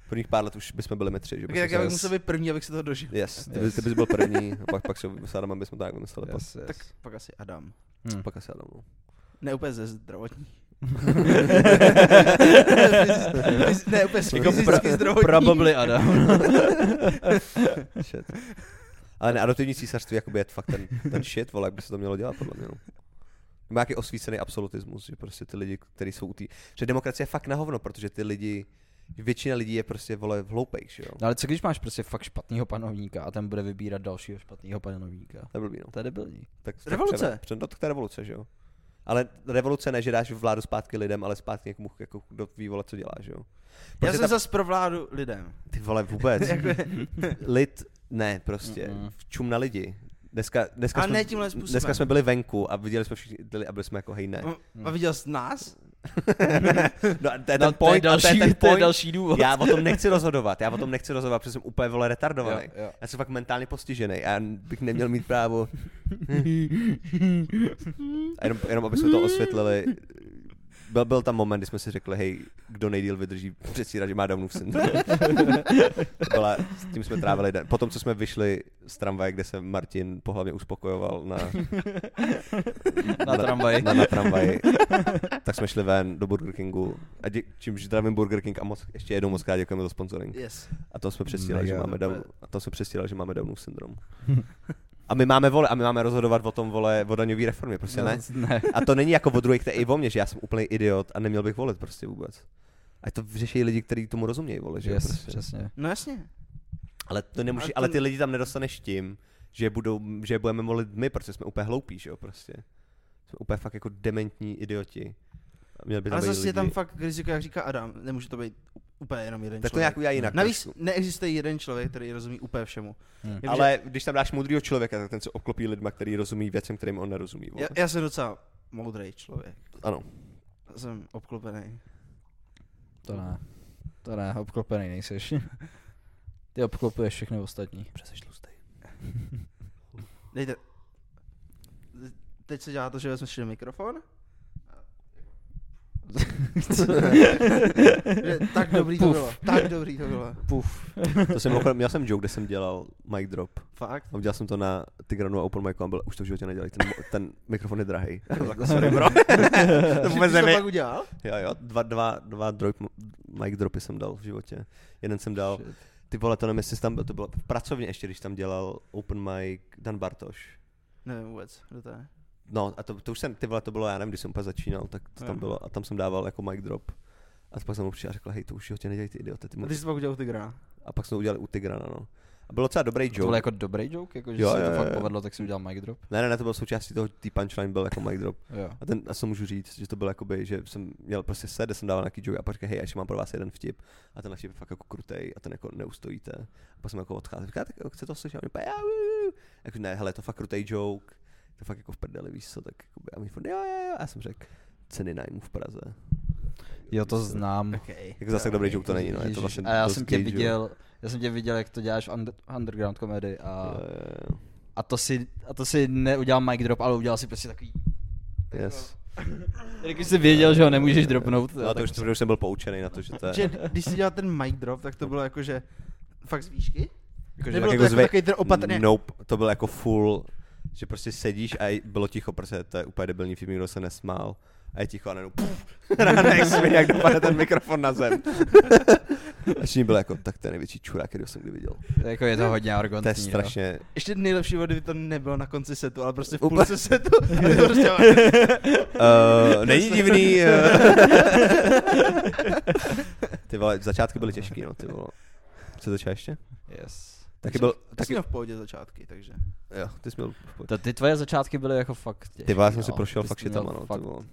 Speaker 3: prvních pár let už bychom byli my tři. Že
Speaker 1: Tak,
Speaker 3: bychom
Speaker 1: tak
Speaker 3: se
Speaker 1: já bych
Speaker 3: jas-
Speaker 1: musel být první, abych se toho dožil.
Speaker 3: Yes, ty,
Speaker 2: Yes.
Speaker 3: yes. ty bys byl první, a pak, pak se s Adamem bychom to tak vymysleli. Yes.
Speaker 2: Yes, yes.
Speaker 1: Tak pak asi Adam.
Speaker 2: Hm.
Speaker 3: Pak, pak asi Adam. no.
Speaker 1: Ne úplně ze zdravotní.
Speaker 2: ne, úplně
Speaker 1: Jako fyzicky zdravotní.
Speaker 2: Probably Adam.
Speaker 3: Shit. Ale ne, adoptivní císařství jakoby je fakt ten, ten shit, vole, jak by se to mělo dělat, podle mě. No. Má nějaký osvícený absolutismus, že prostě ty lidi, kteří jsou u té... Že demokracie je fakt na hovno, protože ty lidi, většina lidí je prostě, vole, v hloupejch, že jo?
Speaker 2: No ale co když máš prostě fakt špatného panovníka a ten bude vybírat dalšího špatného panovníka?
Speaker 3: To je blbý, no.
Speaker 2: To je debilní.
Speaker 3: Tak, tak
Speaker 1: Revoluce.
Speaker 3: Před, před, no, tak to je revoluce, že jo? Ale revoluce ne, že dáš vládu zpátky lidem, ale zpátky někomu, jako kdo ví, vole, co dělá, že jo?
Speaker 1: Já jsem
Speaker 3: Protože Prostě ta-
Speaker 1: zas pro vládu lidem.
Speaker 3: Ty vole, vůbec. Lid, ne, prostě.
Speaker 2: Mm-mm.
Speaker 3: Čum na lidi. Dneska, dneska,
Speaker 1: A
Speaker 3: jsme,
Speaker 1: ne tímhle způsobem. No.
Speaker 3: dneska jsme byli venku a viděli jsme všichni lidi a byli jsme jako hej ne. Hmm.
Speaker 1: A viděl jsi nás?
Speaker 3: No, a to je
Speaker 2: No,
Speaker 3: ten point,
Speaker 2: to je další,
Speaker 3: a to je ten
Speaker 2: to je
Speaker 3: point.
Speaker 2: další důvod.
Speaker 3: Já o tom nechci rozhodovat, já o tom nechci rozhodovat, protože jsem úplně vole retardovaný.
Speaker 2: Jo, jo.
Speaker 3: Já jsem fakt mentálně postižený a bych neměl mít právo. A jenom, jenom aby jsme to osvětlili, byl, byl tam moment, kdy jsme si řekli, hej, kdo nejdíl vydrží předstírat, že má Downův syndrom. To Byla, s tím jsme trávili den. Potom, co jsme vyšli z tramvaje, kde se Martin pohlavně uspokojoval na,
Speaker 2: Na tramvaji.
Speaker 3: na, na tramvaji, tak jsme šli ven do Burger Kingu. A dě, čímž zdravím Burger King a moc, ještě jednou moc krát děkujeme za sponsoring.
Speaker 1: Yes.
Speaker 3: A to jsme přestírali, že
Speaker 2: Mega
Speaker 3: máme
Speaker 1: dobré.
Speaker 3: Down, a to jsme přestírali, že máme Downův syndrom. A my máme vole, a my máme rozhodovat o tom vole, o daňové reformě, prostě ne?
Speaker 2: No, ne.
Speaker 3: A to není jako o druhých, to je i o mně, že já jsem úplný idiot a neměl bych volit prostě vůbec. A to řeší lidi, kteří tomu rozumějí, vole, že jo,
Speaker 2: Yes,
Speaker 3: prostě.
Speaker 2: přesně.
Speaker 1: No jasně.
Speaker 3: Ale to nemůže,
Speaker 1: A to-
Speaker 3: ale ty lidi tam nedostaneš tím, že je, budou, že je budeme volit my, protože jsme úplně hloupí, že jo, prostě. Jsme úplně fakt jako dementní idioti. A Měl by tam
Speaker 1: Ale
Speaker 3: být
Speaker 1: zase je
Speaker 3: lidi.
Speaker 1: tam fakt riziko, jak říká Adam, nemůže to být u- úplně jenom jeden
Speaker 3: tak to
Speaker 1: člověk.
Speaker 3: nějak udělá jinak.
Speaker 1: Navíc
Speaker 3: trošku. Hmm.
Speaker 1: neexistuje jeden člověk, který rozumí úplně všemu.
Speaker 2: Hm.
Speaker 1: Jakože-
Speaker 3: Ale když tam dáš moudrýho člověka, tak ten se oklopí lidma, který rozumí věcem, kterým on nerozumí. Vole.
Speaker 1: já, já jsem docela moudrý člověk.
Speaker 3: Ano.
Speaker 1: Jsem obklopený.
Speaker 2: To ne. To ne, obklopený nejseš. Ty obklopuješ všechny ostatní.
Speaker 3: Přeseš tlustej.
Speaker 1: Dejte. Teď se dělá to, že vezmeš jeden mikrofon. Že tak dobrý to
Speaker 2: Puf.
Speaker 1: bylo. Tak dobrý to bylo.
Speaker 2: Puf.
Speaker 3: To jsem, mimochodem- měl jsem joke, kde jsem dělal mic drop.
Speaker 1: Fakt.
Speaker 3: A udělal jsem to na Tigranu a Open Micu a byl, už to v životě nedělej, ten, mo- ten mikrofon je drahý. A byl jako, Sorry bro. to vůbec
Speaker 1: Ty jsi to
Speaker 3: nevím.
Speaker 1: pak udělal?
Speaker 3: Jo, jo, dva, dva, dva drop, mic dropy jsem dal v životě. Jeden jsem dal,
Speaker 2: Shit.
Speaker 3: ty vole, to nevím, jestli jsi tam byl, to bylo v pracovně ještě, když tam dělal Open Mic Dan Bartoš.
Speaker 1: Nevím vůbec, kdo to je.
Speaker 3: No a to, to už jsem, ty vole, to bylo, já nevím, když jsem úplně začínal, tak to
Speaker 1: Jo.
Speaker 3: tam bylo a tam jsem dával jako mic drop. A pak jsem mu přišel a řekl, hej, to už v životě nedělej ty idioty. Ty
Speaker 4: A
Speaker 3: mo-
Speaker 4: ty jsi pak udělal tygra.
Speaker 3: a pak jsme to udělali u Tigrana, no. A byl docela dobrý
Speaker 2: To byl
Speaker 3: joke.
Speaker 2: jako dobrý joke, jako že
Speaker 3: Jo,
Speaker 2: se
Speaker 3: jo,
Speaker 2: to
Speaker 3: jo.
Speaker 2: fakt povedlo, tak jsem udělal mic drop.
Speaker 3: Ne, ne, ne, to byl součástí toho, tý punchline byl jako mic drop.
Speaker 2: Jo.
Speaker 3: A ten, a co můžu říct, že to byl jakoby, že jsem měl prostě set, kde jsem dával nějaký joke a pak říkal, hej, já ještě mám pro vás jeden vtip. A ten vtip je fakt jako krutej a ten jako neustojíte. A pak jsem jako odcházel, říkal, tak jako, chce to slyšet? A oni úplně, "Já, uh, uh." jako ne, hele, je to fakt krutej joke. To fakt jako v prdeli, víš co, tak jakoby, a mi furt, jo, jo, jo, a já jsem řekl, ceny nájmu v Praze.
Speaker 2: Jo, to
Speaker 3: Víš co?
Speaker 2: znám.
Speaker 4: Okay.
Speaker 3: Jako zase tak dobrý joke to není, no, je to
Speaker 2: Ježiš,
Speaker 3: vlastně
Speaker 2: a já
Speaker 3: dost
Speaker 2: jsem tě
Speaker 3: gay joke.
Speaker 2: viděl, já jsem tě viděl, jak to děláš v under, underground komedy a,
Speaker 3: Jo, jo, jo.
Speaker 2: a, to si, a to si neudělal mic drop, ale udělal si prostě takový,
Speaker 3: Yes.
Speaker 2: jak jsi věděl, že ho nemůžeš dropnout.
Speaker 3: No, to už, to už jsem byl poučený na to, že to je...
Speaker 4: Že, když jsi dělal ten mic drop, tak to bylo jako, že fakt z výšky?
Speaker 3: Jako,
Speaker 4: Nebylo to jako takový ten opatrně-
Speaker 3: Nope, to byl jako full, že prostě sedíš a je- bylo ticho, protože to je úplně debilní film, nikdo se nesmál. A je ticho a najednou puf, ránek svině, jak dopadne ten mikrofon na zem. a všichni byli jako, tak to je největší čurák, který jsem kdy viděl.
Speaker 2: Jako je to hodně arrogantní.
Speaker 3: To je
Speaker 2: no.
Speaker 3: strašně,
Speaker 4: Ještě nejlepší bylo, kdyby to nebylo na konci setu, ale prostě v
Speaker 3: Úplně.
Speaker 4: půlce setu. a ty to prostě,
Speaker 3: Uh, není divný. eh. ty vole, začátky byly těžký, no, ty vole. Co začal ještě?
Speaker 2: Yes.
Speaker 3: Taky byl,
Speaker 4: tak
Speaker 3: taky,
Speaker 4: jsme v pohodě začátky, takže.
Speaker 3: jo, ty jsi měl,
Speaker 2: To, ty tvoje začátky byly jako fakt těžký,
Speaker 3: ty vole, já jsem si
Speaker 2: no.
Speaker 3: prošel
Speaker 2: Ty
Speaker 3: fakt
Speaker 2: jsi měl
Speaker 3: šitama, no, ty vole.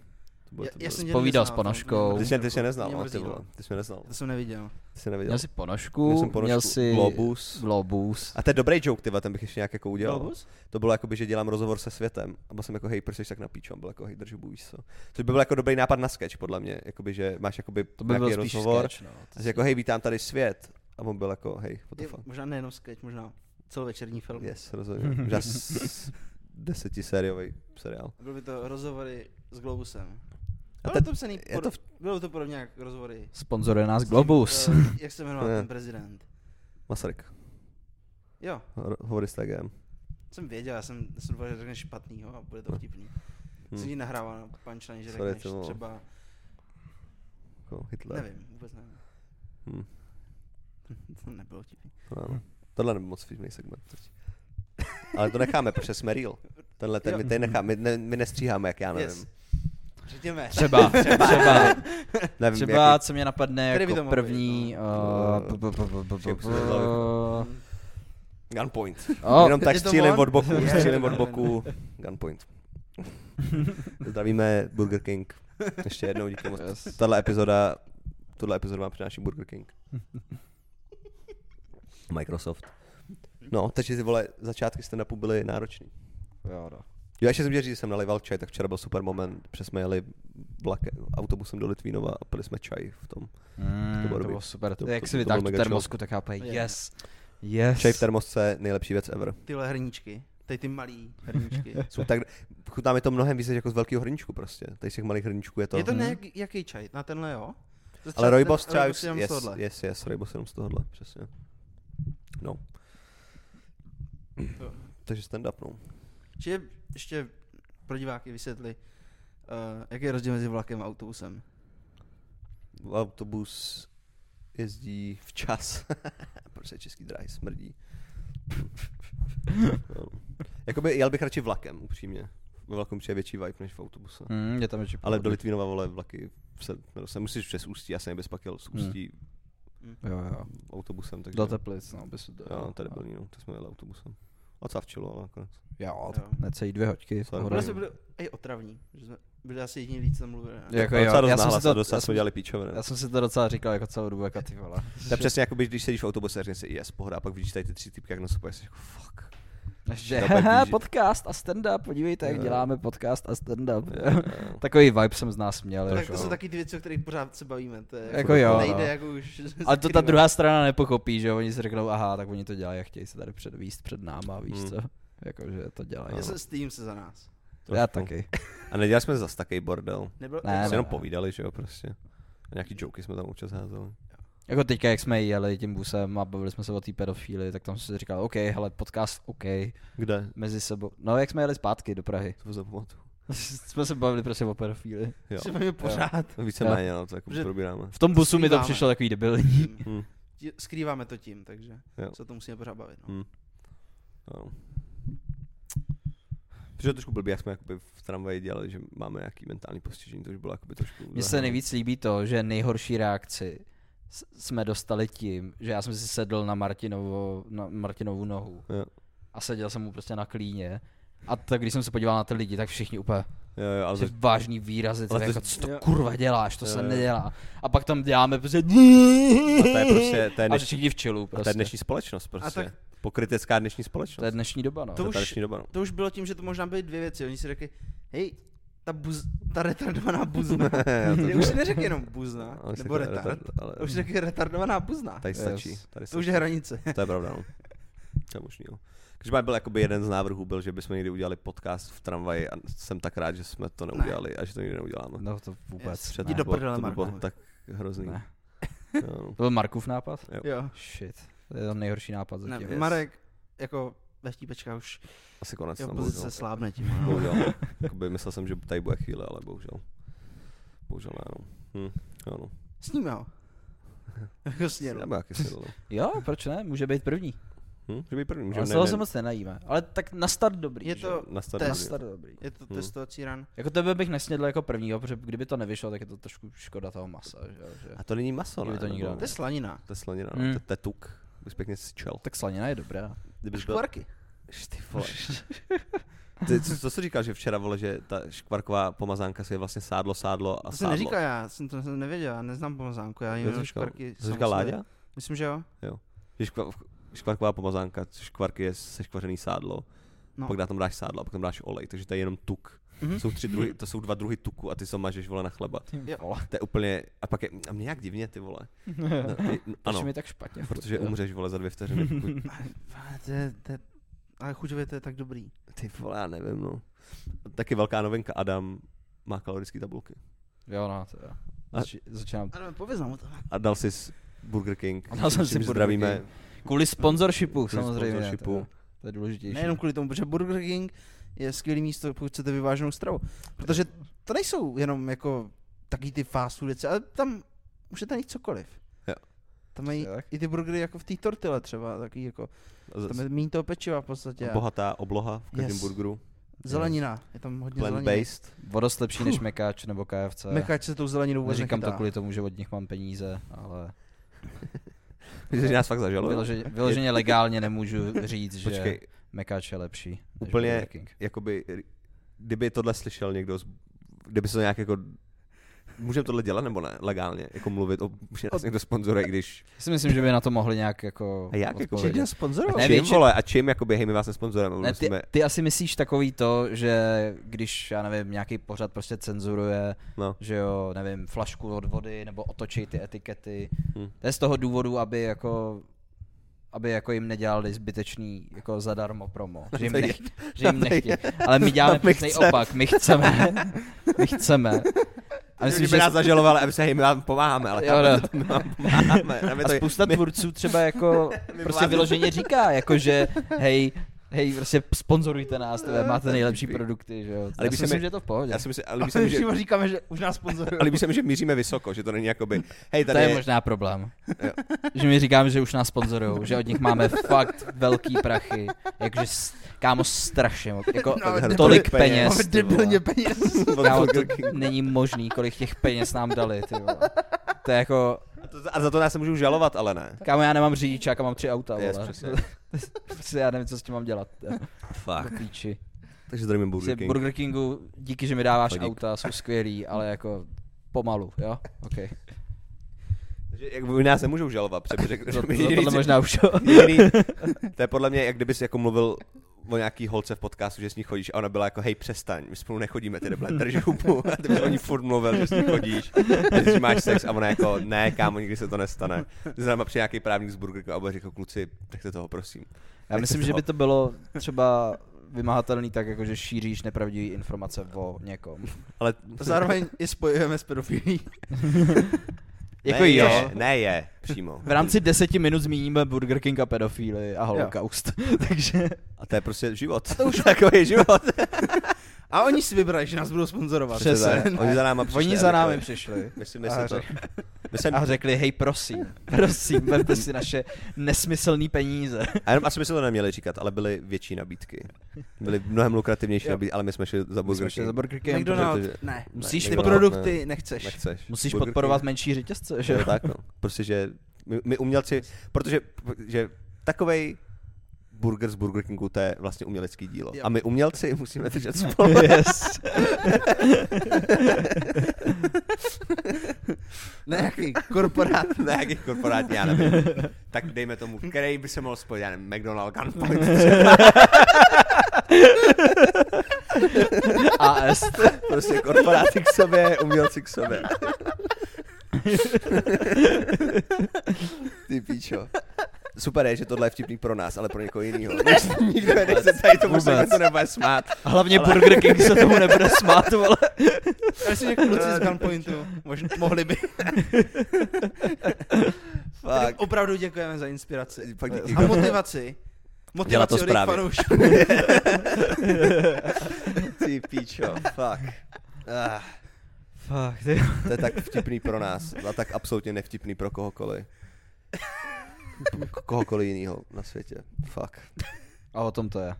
Speaker 3: To bylo-
Speaker 4: Já,
Speaker 3: to
Speaker 4: já
Speaker 3: bylo-
Speaker 4: jsem tě
Speaker 2: Povídal s
Speaker 4: neznal, to mě
Speaker 2: Ponožkou.
Speaker 4: mrzí
Speaker 3: Ty jsi, ty jsi
Speaker 4: trochu.
Speaker 3: neznal,
Speaker 4: Mě
Speaker 3: no,
Speaker 4: mrzí,
Speaker 3: ty
Speaker 4: no.
Speaker 3: vole, ty jsi mě neznal,
Speaker 4: To jsem neviděl.
Speaker 3: ty jsi neviděl.
Speaker 2: Měl jsi ponožku,
Speaker 3: Měl jsem ponožku,
Speaker 2: měl jsi
Speaker 3: globus.
Speaker 2: globus.
Speaker 3: A to je dobrý joke, ty vole, ten bych ještě nějak jako udělal.
Speaker 4: Globus?
Speaker 3: To bylo jako, by, že dělám rozhovor se světem a byl jsem jako, hej, proč jsi tak na píču? A on byl jako, hej, drž hubu, víš co. Což by byl jako dobrý nápad na sketch, podle mě, jakoby, že máš jakoby
Speaker 2: To by
Speaker 3: nějaký
Speaker 2: byl spíš
Speaker 3: rozhovor.
Speaker 2: sketch, no.
Speaker 3: A jsi jako, hej, vítám tady svět. A on byl jako, hej, what the
Speaker 4: Je-
Speaker 3: fuck.
Speaker 4: Možná nejenom sketch, možná celovečerní film.
Speaker 3: Yes, rozhodně. Možná s- desetisériový seriál.
Speaker 4: Byly by to rozhovory s Globusem.
Speaker 3: A
Speaker 4: A
Speaker 3: ten-
Speaker 4: to psaný,
Speaker 3: je to
Speaker 4: pod, bylo to podobně jak rozhovory.
Speaker 2: Sponzoruje nás
Speaker 4: s tím,
Speaker 2: Globus.
Speaker 4: eh, jak se jmenoval
Speaker 3: Ne.
Speaker 4: ten prezident?
Speaker 3: Masaryk.
Speaker 4: Jo,
Speaker 3: Ho- Hovory s TGM.
Speaker 4: jsem věděl, já jsem, já jsem doufal, že řekneš špatnýho a bude to vtipný.
Speaker 3: Hm.
Speaker 4: Hmm. Jsem ti nahrával na punchline, že
Speaker 3: Sorry,
Speaker 4: řekneš
Speaker 3: ty vole.
Speaker 4: třeba,
Speaker 3: Jako Hitler.
Speaker 4: nevím, vůbec nevím.
Speaker 3: Hm.
Speaker 4: to nebylo vtipný.
Speaker 3: Tohle, ano. No. Tohle nebyl moc vtipný segment. teď. Ale to necháme, protože jsme real. Tenhle, ten,
Speaker 4: Jo.
Speaker 3: my, ten necháme, my, ne, my nestříháme, jak já nevím.
Speaker 4: Yes. Řekněme.
Speaker 2: Třeba, třeba,
Speaker 3: Nevím,
Speaker 2: třeba,
Speaker 3: jaký-
Speaker 2: co mě napadne
Speaker 4: Který by to
Speaker 2: jako
Speaker 4: mohl být,
Speaker 2: první.
Speaker 3: no?
Speaker 2: eh, p- p- p- p- p-
Speaker 3: Že už se
Speaker 2: p-
Speaker 3: zastavil.
Speaker 4: Hm.
Speaker 3: Gunpoint.
Speaker 2: O,
Speaker 3: Jenom tak
Speaker 4: je to
Speaker 3: střílím
Speaker 4: on?
Speaker 3: od boku,
Speaker 4: Je,
Speaker 3: střílím od
Speaker 4: je to
Speaker 3: boku. Gunpoint. Zdravíme Burger King. Ještě jednou díky moc.
Speaker 2: Yes.
Speaker 3: Tahle epizoda, tuhle epizodu vám přináší Burger King. Microsoft. No, takže ty vole, začátky stand-upu byly náročný.
Speaker 2: Jo, no.
Speaker 3: Jo, ještě jsem chtěl říct, že jsem nalival čaj, tak včera byl super moment, protože jsme jeli vlake, autobusem do Litvínova a pili jsme čaj v tom.
Speaker 2: Mm,
Speaker 3: To bylo
Speaker 2: to
Speaker 3: dobrý.
Speaker 2: bylo super.
Speaker 3: To-
Speaker 2: To, Jak
Speaker 3: to-
Speaker 2: si
Speaker 3: to
Speaker 2: vytáhl
Speaker 3: byl
Speaker 2: tu
Speaker 3: mega
Speaker 2: termosku, tak já úplně
Speaker 4: Je.
Speaker 2: yes. Yes.
Speaker 3: Čaj v termosce, nejlepší věc ever.
Speaker 4: Tyhle hrníčky, tady ty malý hrníčky.
Speaker 3: Jsou tak, chutná mi to mnohem víc než jako z velkého hrníčku prostě. Tady z těch malých hrníčků je to.
Speaker 4: Je to
Speaker 2: Mhm.
Speaker 4: ne, jaký čaj? Na tenhle jo? To
Speaker 3: Ale
Speaker 4: třeba
Speaker 3: Roybos
Speaker 4: ten-
Speaker 3: třeba
Speaker 4: Roybos
Speaker 3: už,
Speaker 4: jenom z
Speaker 3: yes,
Speaker 4: tohohle.
Speaker 3: yes, yes, Roybos jenom z tohohle, přesně. No.
Speaker 4: Jo.
Speaker 3: Takže stand-up, no.
Speaker 4: Čiže ještě pro diváky vysvětli, uh, jaký je rozdíl mezi vlakem a autobusem.
Speaker 3: Autobus jezdí včas, protože český dráhy smrdí. no. Jakoby jel bych radši vlakem, upřímně. Ve vlaku je větší vibe než v autobuse.
Speaker 2: Mm, je tam ještě
Speaker 3: Ale do
Speaker 2: pohodlí.
Speaker 3: Litvínova, vole, vlaky se, se musíš přes Ústí, já jsem bez pak jel z
Speaker 2: Hmm.
Speaker 3: Ústí
Speaker 4: Hm.
Speaker 2: Jo, jo.
Speaker 3: autobusem, takže...
Speaker 2: Do Teplic, no, by se to...
Speaker 3: Jo, tady byl, no, to jsme jeli autobusem. A cavčilo, ale nakonec.
Speaker 2: Jo,
Speaker 4: Jo.
Speaker 2: tak necelý dvě hoďky. v
Speaker 3: Sorry.
Speaker 2: pohodě.
Speaker 4: Ono jsme byli i otravní, že jsme byli asi jediní lidi, co tam mluvili. ne?
Speaker 2: Jako
Speaker 3: A
Speaker 2: jo,
Speaker 3: docela dost
Speaker 2: já jsem
Speaker 3: nahlas
Speaker 2: si
Speaker 3: a
Speaker 2: to,
Speaker 3: docela
Speaker 2: já
Speaker 3: jsme
Speaker 2: jsem,
Speaker 3: dělali píčoviny.
Speaker 2: já jsem si to docela říkal jako celou dobu, jako ty vole.
Speaker 3: To je přesně jako, by, když sedíš v autobuse a řekneš si yes, pohoda, a pak vidíš tady ty tři typky, jak na sobě, jsi jako fuck.
Speaker 2: Že
Speaker 3: To bude
Speaker 2: "Haha,
Speaker 3: blíž."
Speaker 2: podcast a stand-up, podívejte,
Speaker 3: Jo.
Speaker 2: jak děláme podcast a stand-up.
Speaker 3: Jo, jo.
Speaker 2: Takový vibe jsem z nás měl.
Speaker 4: tak
Speaker 2: jako.
Speaker 4: to jsou taky ty věci, o kterých pořád se bavíme. To je,
Speaker 2: Jako jo,
Speaker 4: nejde
Speaker 2: no.
Speaker 4: jako už...
Speaker 2: Ale to ta
Speaker 4: skrývat.
Speaker 2: druhá strana nepochopí, že jo? oni si řeknou, aha, tak oni to dělají a chtějí se tady předvíst před náma, víš
Speaker 3: Hmm.
Speaker 2: co? Jakože to dělají.
Speaker 4: Já
Speaker 3: Ano.
Speaker 4: se stým se za nás.
Speaker 3: Trošku.
Speaker 2: Já taky.
Speaker 3: A nedělali jsme zas takový bordel.
Speaker 4: Nebylo,
Speaker 2: Ne,
Speaker 3: Ne,
Speaker 4: jako,
Speaker 3: jsme jenom
Speaker 2: ne.
Speaker 3: povídali, že jo, prostě. A nějaký joky jsme tam občas házeli.
Speaker 2: Jako teďka, jak jsme jeli tím busem a bavili jsme se o té pedofílii, tak tam jsem si říkal, OK, hele, podcast OK,
Speaker 3: Kde?
Speaker 2: mezi sebou. No, jak jsme jeli zpátky do Prahy,
Speaker 3: To za pamatu.
Speaker 2: jsme se bavili prostě o pedofílii.
Speaker 3: Jo.
Speaker 4: se bavíme pořád.
Speaker 3: Víceméně, no, to jako
Speaker 4: Že-
Speaker 3: probíráme.
Speaker 2: V tom busu mi to
Speaker 4: Skrýváme.
Speaker 2: přišlo takový debilní.
Speaker 4: Tím.
Speaker 3: Hm.
Speaker 4: Ti- Skrýváme to tím, takže
Speaker 3: Jo.
Speaker 4: se o to musíme pořád bavit. No.
Speaker 3: Hm. Ano. Což No. je trošku blbý, jak jsme jakoby v tramvaji dělali, že máme nějaký mentální postižení, to už bylo jakoby trošku...
Speaker 2: Mně se
Speaker 3: zaháněné.
Speaker 2: nejvíc líbí to, že nejhorší reakci s- jsme dostali tím, že já jsem si sedl na, Martinovo, na Martinovu nohu
Speaker 3: Jo.
Speaker 2: a seděl jsem mu prostě na klíně. A tak když jsem se podíval na ty lidi, tak všichni úplně
Speaker 3: Jo, jo, ale
Speaker 2: ale
Speaker 3: to,
Speaker 2: vážný výrazy, ty,
Speaker 3: ale to-
Speaker 2: jako, co to
Speaker 3: jo.
Speaker 2: kurva děláš, to
Speaker 3: Jo,
Speaker 2: se
Speaker 3: jo.
Speaker 2: nedělá. A pak tam děláme prostě... A
Speaker 3: to je prostě, to je,
Speaker 2: a
Speaker 3: dneš,
Speaker 2: všichni v čilu
Speaker 3: a to je
Speaker 2: prostě.
Speaker 3: dnešní společnost
Speaker 4: A
Speaker 3: prostě.
Speaker 4: tak-
Speaker 3: Pokrytecká dnešní společnost.
Speaker 2: To je dnešní doba, no.
Speaker 3: to
Speaker 4: To
Speaker 3: je
Speaker 4: už-
Speaker 3: ta dnešní doba, no.
Speaker 4: To už bylo tím, že to možná byly dvě věci. Oni si řekli, hej, ta, buz, ta retardovaná buzna.
Speaker 3: Jo, to-
Speaker 4: Ty už si neřekl jenom buzna,
Speaker 3: Ale
Speaker 4: nebo
Speaker 3: sakra,
Speaker 4: retard.
Speaker 3: retard, ale-
Speaker 4: Už řekl retardovaná buzna.
Speaker 3: Tady stačí.
Speaker 2: Yes.
Speaker 3: Tady
Speaker 4: To už
Speaker 3: stačí.
Speaker 4: je hranice.
Speaker 3: To je pravda, no. To je možný, jo. Každopádně byl jakoby jeden z návrhů, byl, že bychom někdy udělali podcast v tramvaji a jsem tak rád, že jsme to neudělali a že to nikdy neuděláme.
Speaker 2: No to vůbec.
Speaker 3: Před-
Speaker 2: ne.
Speaker 4: Jdi
Speaker 3: to
Speaker 4: do
Speaker 3: bylo-
Speaker 4: prdele,
Speaker 3: to by bylo
Speaker 4: Marku.
Speaker 3: tak hrozný.
Speaker 2: Ne.
Speaker 3: Jo, no.
Speaker 2: To byl Markův nápad?
Speaker 4: Jo.
Speaker 2: Shit, to je ten nejhorší nápad
Speaker 4: Ne,
Speaker 2: zatím.
Speaker 3: yes.
Speaker 4: Marek, jako ve štípečka už
Speaker 3: Asi konec.
Speaker 4: jeho
Speaker 3: no,
Speaker 4: pozice
Speaker 3: bohužel.
Speaker 4: slábne tím. no.
Speaker 3: Bohužel. Jakoby myslel jsem, že tady bude chvíle, ale bohužel. Bohužel ne, no. Hm, jo, no.
Speaker 4: Sníme ho. Jako snědu.
Speaker 3: Já bych jaký snědl, no.
Speaker 2: Jo, proč ne? Může být první.
Speaker 3: Hm? Že by první,
Speaker 2: Může
Speaker 3: že
Speaker 2: ale z toho se moc nenajíme. Ale tak na start dobrý.
Speaker 4: Je
Speaker 2: že
Speaker 4: to
Speaker 2: jo?
Speaker 3: na start
Speaker 2: na
Speaker 4: test.
Speaker 2: start dobrý.
Speaker 4: Je to
Speaker 3: Hmm.
Speaker 4: testovací ran.
Speaker 2: Jako tebe bych nesnědl jako prvního, protože kdyby to nevyšlo, tak je to trošku škoda toho masa. Že? jo, že?
Speaker 3: A to není maso,
Speaker 2: Kdyby
Speaker 3: ne?
Speaker 2: to nikdo
Speaker 3: Nebo-
Speaker 4: To je slanina.
Speaker 3: To je slanina, no.
Speaker 2: Hmm.
Speaker 3: To- to je tuk. Bys pěkně sčel.
Speaker 2: Tak slanina je dobrá.
Speaker 3: Kdyby byl-
Speaker 4: Škvarky.
Speaker 3: Ty vole. Ty, co, co jsi říkal, že včera, vole, že ta škvarková pomazánka si je vlastně sádlo, sádlo a
Speaker 4: To jsem
Speaker 3: sádlo.
Speaker 4: neříkal já, jsem to jsem nevěděl, já neznám pomazánku, já
Speaker 3: Kdo to říkal?
Speaker 4: jenom škvarky.
Speaker 3: To jsi
Speaker 4: sám
Speaker 3: říkal
Speaker 4: sobě.
Speaker 3: Láďa?
Speaker 4: Myslím, že jo.
Speaker 3: Že škva, škvarková pomazánka, škvarky je seškvařený sádlo, no.
Speaker 4: No.
Speaker 3: pak dá tam dáš sádlo a pak tam dáš olej, takže to je jenom tuk. Mm-hmm.
Speaker 4: Mhm.
Speaker 3: Jsou tři druhy, to jsou dva druhy tuku a ty se mažeš, vole, na chleba.
Speaker 4: Jo.
Speaker 3: To je úplně, a pak je, a mě nějak divně, ty vole. No, ty, no,
Speaker 2: Ano.
Speaker 3: ano,
Speaker 2: mi tak špatně. furt,
Speaker 3: protože
Speaker 4: no.
Speaker 2: jo.
Speaker 3: umřeš, vole, za dvě vteřiny. pokud-
Speaker 4: Ale to je- to je- Ale chuťově to je tak dobrý.
Speaker 3: Ty vole, já nevím, no. Taky velká novinka, Adam má kalorické tabulky.
Speaker 2: Jo, no, to jo.
Speaker 3: A-
Speaker 2: Zači- začínám.
Speaker 4: Ale pověz nám o tom.
Speaker 3: A dal jsi s Burger King.
Speaker 2: A dal jsem
Speaker 3: s čímž
Speaker 2: si Burger
Speaker 3: zdravíme,
Speaker 2: King. Kvůli sponsorshipu,
Speaker 3: Kvůli
Speaker 2: samozřejmě. to jo.
Speaker 3: sponsorshipu.
Speaker 2: To je důležitější.
Speaker 4: Nejenom kvůli tomu, protože Burger King je skvělé místo, pokud chcete vyváženou stravu. Protože to nejsou jenom jako taky ty fast food věci, ale tam můžete najít cokoliv.
Speaker 3: Jo.
Speaker 4: Tam mají
Speaker 2: Tak.
Speaker 4: i ty burgery jako v té tortile třeba, taky jako,
Speaker 3: A z-
Speaker 4: tam je méně toho pečiva v podstatě. a
Speaker 3: bohatá obloha v každém yes.
Speaker 4: Yes.
Speaker 3: burgeru.
Speaker 4: Zelenina, je tam hodně zeleniny.
Speaker 3: Plant-based.
Speaker 2: Vodost lepší než Mekáč nebo KFC.
Speaker 4: Mekač se tou zeleninou vůbec
Speaker 2: Neříkám to
Speaker 4: nechytá.
Speaker 2: kvůli tomu, že od nich mám peníze, ale
Speaker 3: Myslíš, že nás fakt zažaluje?
Speaker 2: vyloženě, vyloženě legálně nemůžu říct, že
Speaker 3: Počkej,
Speaker 2: Mekáč je lepší. než
Speaker 3: Úplně-
Speaker 2: Burger King.
Speaker 3: jakoby, kdyby tohle slyšel někdo, z, kdyby se to nějak jako Můžeme tohle dělat nebo ne? Legálně? Jako mluvit o, že nás někdo sponzoruje, když...
Speaker 2: Já si myslím, že by na to mohli nějak jako
Speaker 3: A jak jako?
Speaker 4: Že
Speaker 2: odpovědět.
Speaker 4: jde
Speaker 3: A
Speaker 4: sponzorovat.
Speaker 2: Ne,
Speaker 3: čím,
Speaker 2: větši-
Speaker 3: vole? A čím, jakoby, hej, my vás nesponzorujeme,
Speaker 2: No, Ne, ty,
Speaker 3: musíme...
Speaker 2: ty asi myslíš takový to, že když, já nevím, nějaký pořad prostě cenzuruje,
Speaker 3: No.
Speaker 2: že jo, nevím, flašku od vody, nebo otočí ty etikety.
Speaker 3: Hm.
Speaker 2: Hmm. To je z toho důvodu, aby jako aby jako jim nedělali zbytečný jako zadarmo promo, že jim,
Speaker 3: To je-
Speaker 2: nech, že jim nechtějí. Ale my děláme
Speaker 3: my
Speaker 2: přesný
Speaker 3: chceme.
Speaker 2: opak, my chceme, my chceme. A myslím, že
Speaker 3: nás zažalovali, aby se, hej, my vám pomáháme, ale
Speaker 2: Jo,
Speaker 3: chápete,
Speaker 2: no.
Speaker 3: to my vám pomáháme. A my
Speaker 2: a
Speaker 3: to-
Speaker 2: spousta
Speaker 3: my-
Speaker 2: tvůrců třeba jako prostě
Speaker 3: vládneme.
Speaker 2: vyloženě říká, jako že hej, hej, prostě sponzorujte nás, tebe, máte nejlepší produkty, že jo.
Speaker 3: Ale
Speaker 2: Ale já
Speaker 3: když
Speaker 2: si
Speaker 3: se
Speaker 2: myslím,
Speaker 3: mi-
Speaker 2: že je to v pohodě.
Speaker 3: Já si myslím, ale líbí se
Speaker 4: Ale
Speaker 3: mi, že,
Speaker 4: že... říkáme, že už nás sponzoruje.
Speaker 3: ale líbí se mi, že míříme vysoko, že to není jakoby, hej,
Speaker 2: To
Speaker 3: tady
Speaker 2: je
Speaker 3: je,
Speaker 2: možná problém.
Speaker 3: Jo.
Speaker 2: Že mi říkám, že už nás sponzorujou, že od nich máme fakt velký prachy. Jakože, s- kámo, strašně moc. Jako
Speaker 3: No,
Speaker 2: no,
Speaker 3: debil-
Speaker 2: tolik
Speaker 3: debil-
Speaker 2: peněz.
Speaker 4: Máme
Speaker 2: ty
Speaker 4: debilně
Speaker 2: vole.
Speaker 4: peněz.
Speaker 3: od
Speaker 2: Kámo, to
Speaker 3: Burger Kingu.
Speaker 2: není možný, kolik těch peněz nám dali, ty vole. To je jako,
Speaker 3: A to- A za to nás se můžu žalovat, ale ne.
Speaker 2: kámo, já nemám řidičák a mám tři auta,
Speaker 3: Yes,
Speaker 2: vole.
Speaker 3: přesně.
Speaker 2: Prostě já nevím, co s tím mám dělat. jo.
Speaker 3: Fuck.
Speaker 2: Do píči.
Speaker 3: Takže zdravím
Speaker 2: Burger,
Speaker 3: Burger King.
Speaker 2: Burger Kingu, díky, že mi dáváš
Speaker 3: Chodík.
Speaker 2: auta, jsou skvělý, ale jako pomalu, jo? Okay.
Speaker 3: Takže jak vy nás nemůžou žalovat, protože
Speaker 2: To, to,
Speaker 3: jediný,
Speaker 2: tohle možná už jo.
Speaker 3: jediný, to je podle mě, jak kdybys jako mluvil o nějaký holce v podcastu, že s ní chodíš a ona byla jako, hej, přestaň, my spolu nechodíme, ty deble, drž hubu, a ty bys o ní furt mluvil, že s ní chodíš, a ty s ní máš sex a ona jako, ne, kámo, nikdy se to nestane. Zrovna přijde nějaký právník z Burger Kingu a bude řekl, kluci, nechte toho, prosím.
Speaker 2: Já
Speaker 3: Nechte
Speaker 2: myslím, že
Speaker 3: toho.
Speaker 2: by to bylo třeba vymahatelný tak, jako že šíříš nepravdivé informace o někom.
Speaker 3: Ale
Speaker 4: Zároveň i spojujeme s pedofilí.
Speaker 2: Jako
Speaker 3: ne,
Speaker 2: jo.
Speaker 3: Je, ne je, přímo.
Speaker 2: V rámci deseti minut zmíníme Burger King a pedofíly a holokaust. Takže
Speaker 3: A to je prostě život. A to už takový život.
Speaker 4: A oni si vybrali, že nás budou sponzorovat.
Speaker 2: Přesně.
Speaker 3: Oni za náma přišli.
Speaker 2: oni
Speaker 3: a
Speaker 2: za
Speaker 3: řekli,
Speaker 2: námi přišli.
Speaker 3: Myslím, že to. My jsem,
Speaker 2: a řekli, hej, prosím, prosím, berte si naše nesmyslný peníze.
Speaker 3: a jenom asi my jsme to neměli říkat, ale byly větší nabídky. Byly mnohem lukrativnější
Speaker 2: Jo.
Speaker 3: nabídky, ale my jsme šli za Burger
Speaker 2: šli za
Speaker 3: King.
Speaker 2: Burger King.
Speaker 4: McDonald's,
Speaker 3: protože-
Speaker 4: ne.
Speaker 2: Musíš
Speaker 3: Ne,
Speaker 4: Ty
Speaker 2: podporovat-
Speaker 3: McDonald's,
Speaker 4: produkty nechceš.
Speaker 3: Nechceš.
Speaker 2: Musíš
Speaker 3: Burger
Speaker 2: podporovat
Speaker 3: King.
Speaker 2: menší řetězce, že
Speaker 3: Že
Speaker 2: jo?
Speaker 3: jo, tak no. Prostě, že my, my umělci, protože že takovej burger z Burger Kingu, to je vlastně umělecký dílo.
Speaker 4: Jo.
Speaker 3: A my umělci musíme držet spolu.
Speaker 2: Yes.
Speaker 4: Ne, jaký korporát.
Speaker 3: na jakých korporátní, já nevím. Tak dejme tomu, který by se mohl spojit, já nevím, McDonald Gunpoint.
Speaker 2: A est.
Speaker 3: prostě korporáty k sobě, umělci k sobě. Ty píčo. Super je, že tohle je vtipný pro nás, ale pro někoho jiného. Nikdo je nechce tady tomu
Speaker 2: Vůbec.
Speaker 3: segmentu nebude smát.
Speaker 2: A hlavně
Speaker 3: Ale-
Speaker 2: Burger King se tomu nebude smát, vole.
Speaker 4: Já si řekl kluci z Gunpointu. Eh, Možná mohli by.
Speaker 3: Fakt.
Speaker 4: Opravdu děkujeme za inspiraci.
Speaker 3: Fakt
Speaker 4: A
Speaker 3: díky.
Speaker 4: motivaci.
Speaker 3: Dělat to
Speaker 4: Motivaci od jejich
Speaker 3: správně.
Speaker 4: fanoušků.
Speaker 3: Ty píčo, fuck. Ah,
Speaker 2: Fuck, ty.
Speaker 3: to je tak vtipný pro nás a tak absolutně nevtipný pro kohokoliv. K- kohokoliv jiného na světě. Fuck.
Speaker 2: A o tom to je.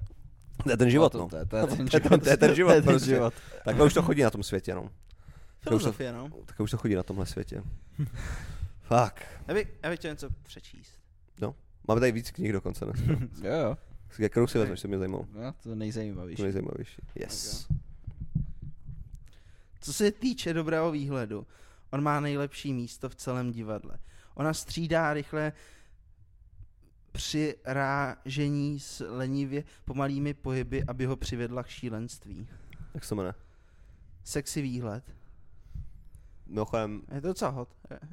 Speaker 3: To je ten
Speaker 2: O
Speaker 3: život,
Speaker 2: tom
Speaker 3: no.
Speaker 2: To je, to je ten
Speaker 3: To je ten-
Speaker 2: život.
Speaker 3: to je ten život
Speaker 2: To je ten
Speaker 3: prostě.
Speaker 2: život.
Speaker 3: Takhle už to chodí na tom světě, no.
Speaker 4: Filozofie, no.
Speaker 3: Tak už to chodí na tomhle světě. Fuck.
Speaker 4: Já bych, já bych chtěl něco přečíst.
Speaker 3: Máme tady víc knih dokonce, ne?
Speaker 2: Jo, jo.
Speaker 3: Kterou si vezmeš, to mě zajímalo.
Speaker 2: No, to nejzajímavější.
Speaker 3: To nejzajímavější. Yes.
Speaker 4: Co se týče dobrého výhledu, on má nejlepší místo v celém divadle. Ona střídá rychle přirážení s lenivě pomalými pohyby, aby ho přivedla k šílenství.
Speaker 3: Jak se to jmenuje?
Speaker 4: Sexy výhled.
Speaker 3: Mimochodem,
Speaker 4: Je to docela hot.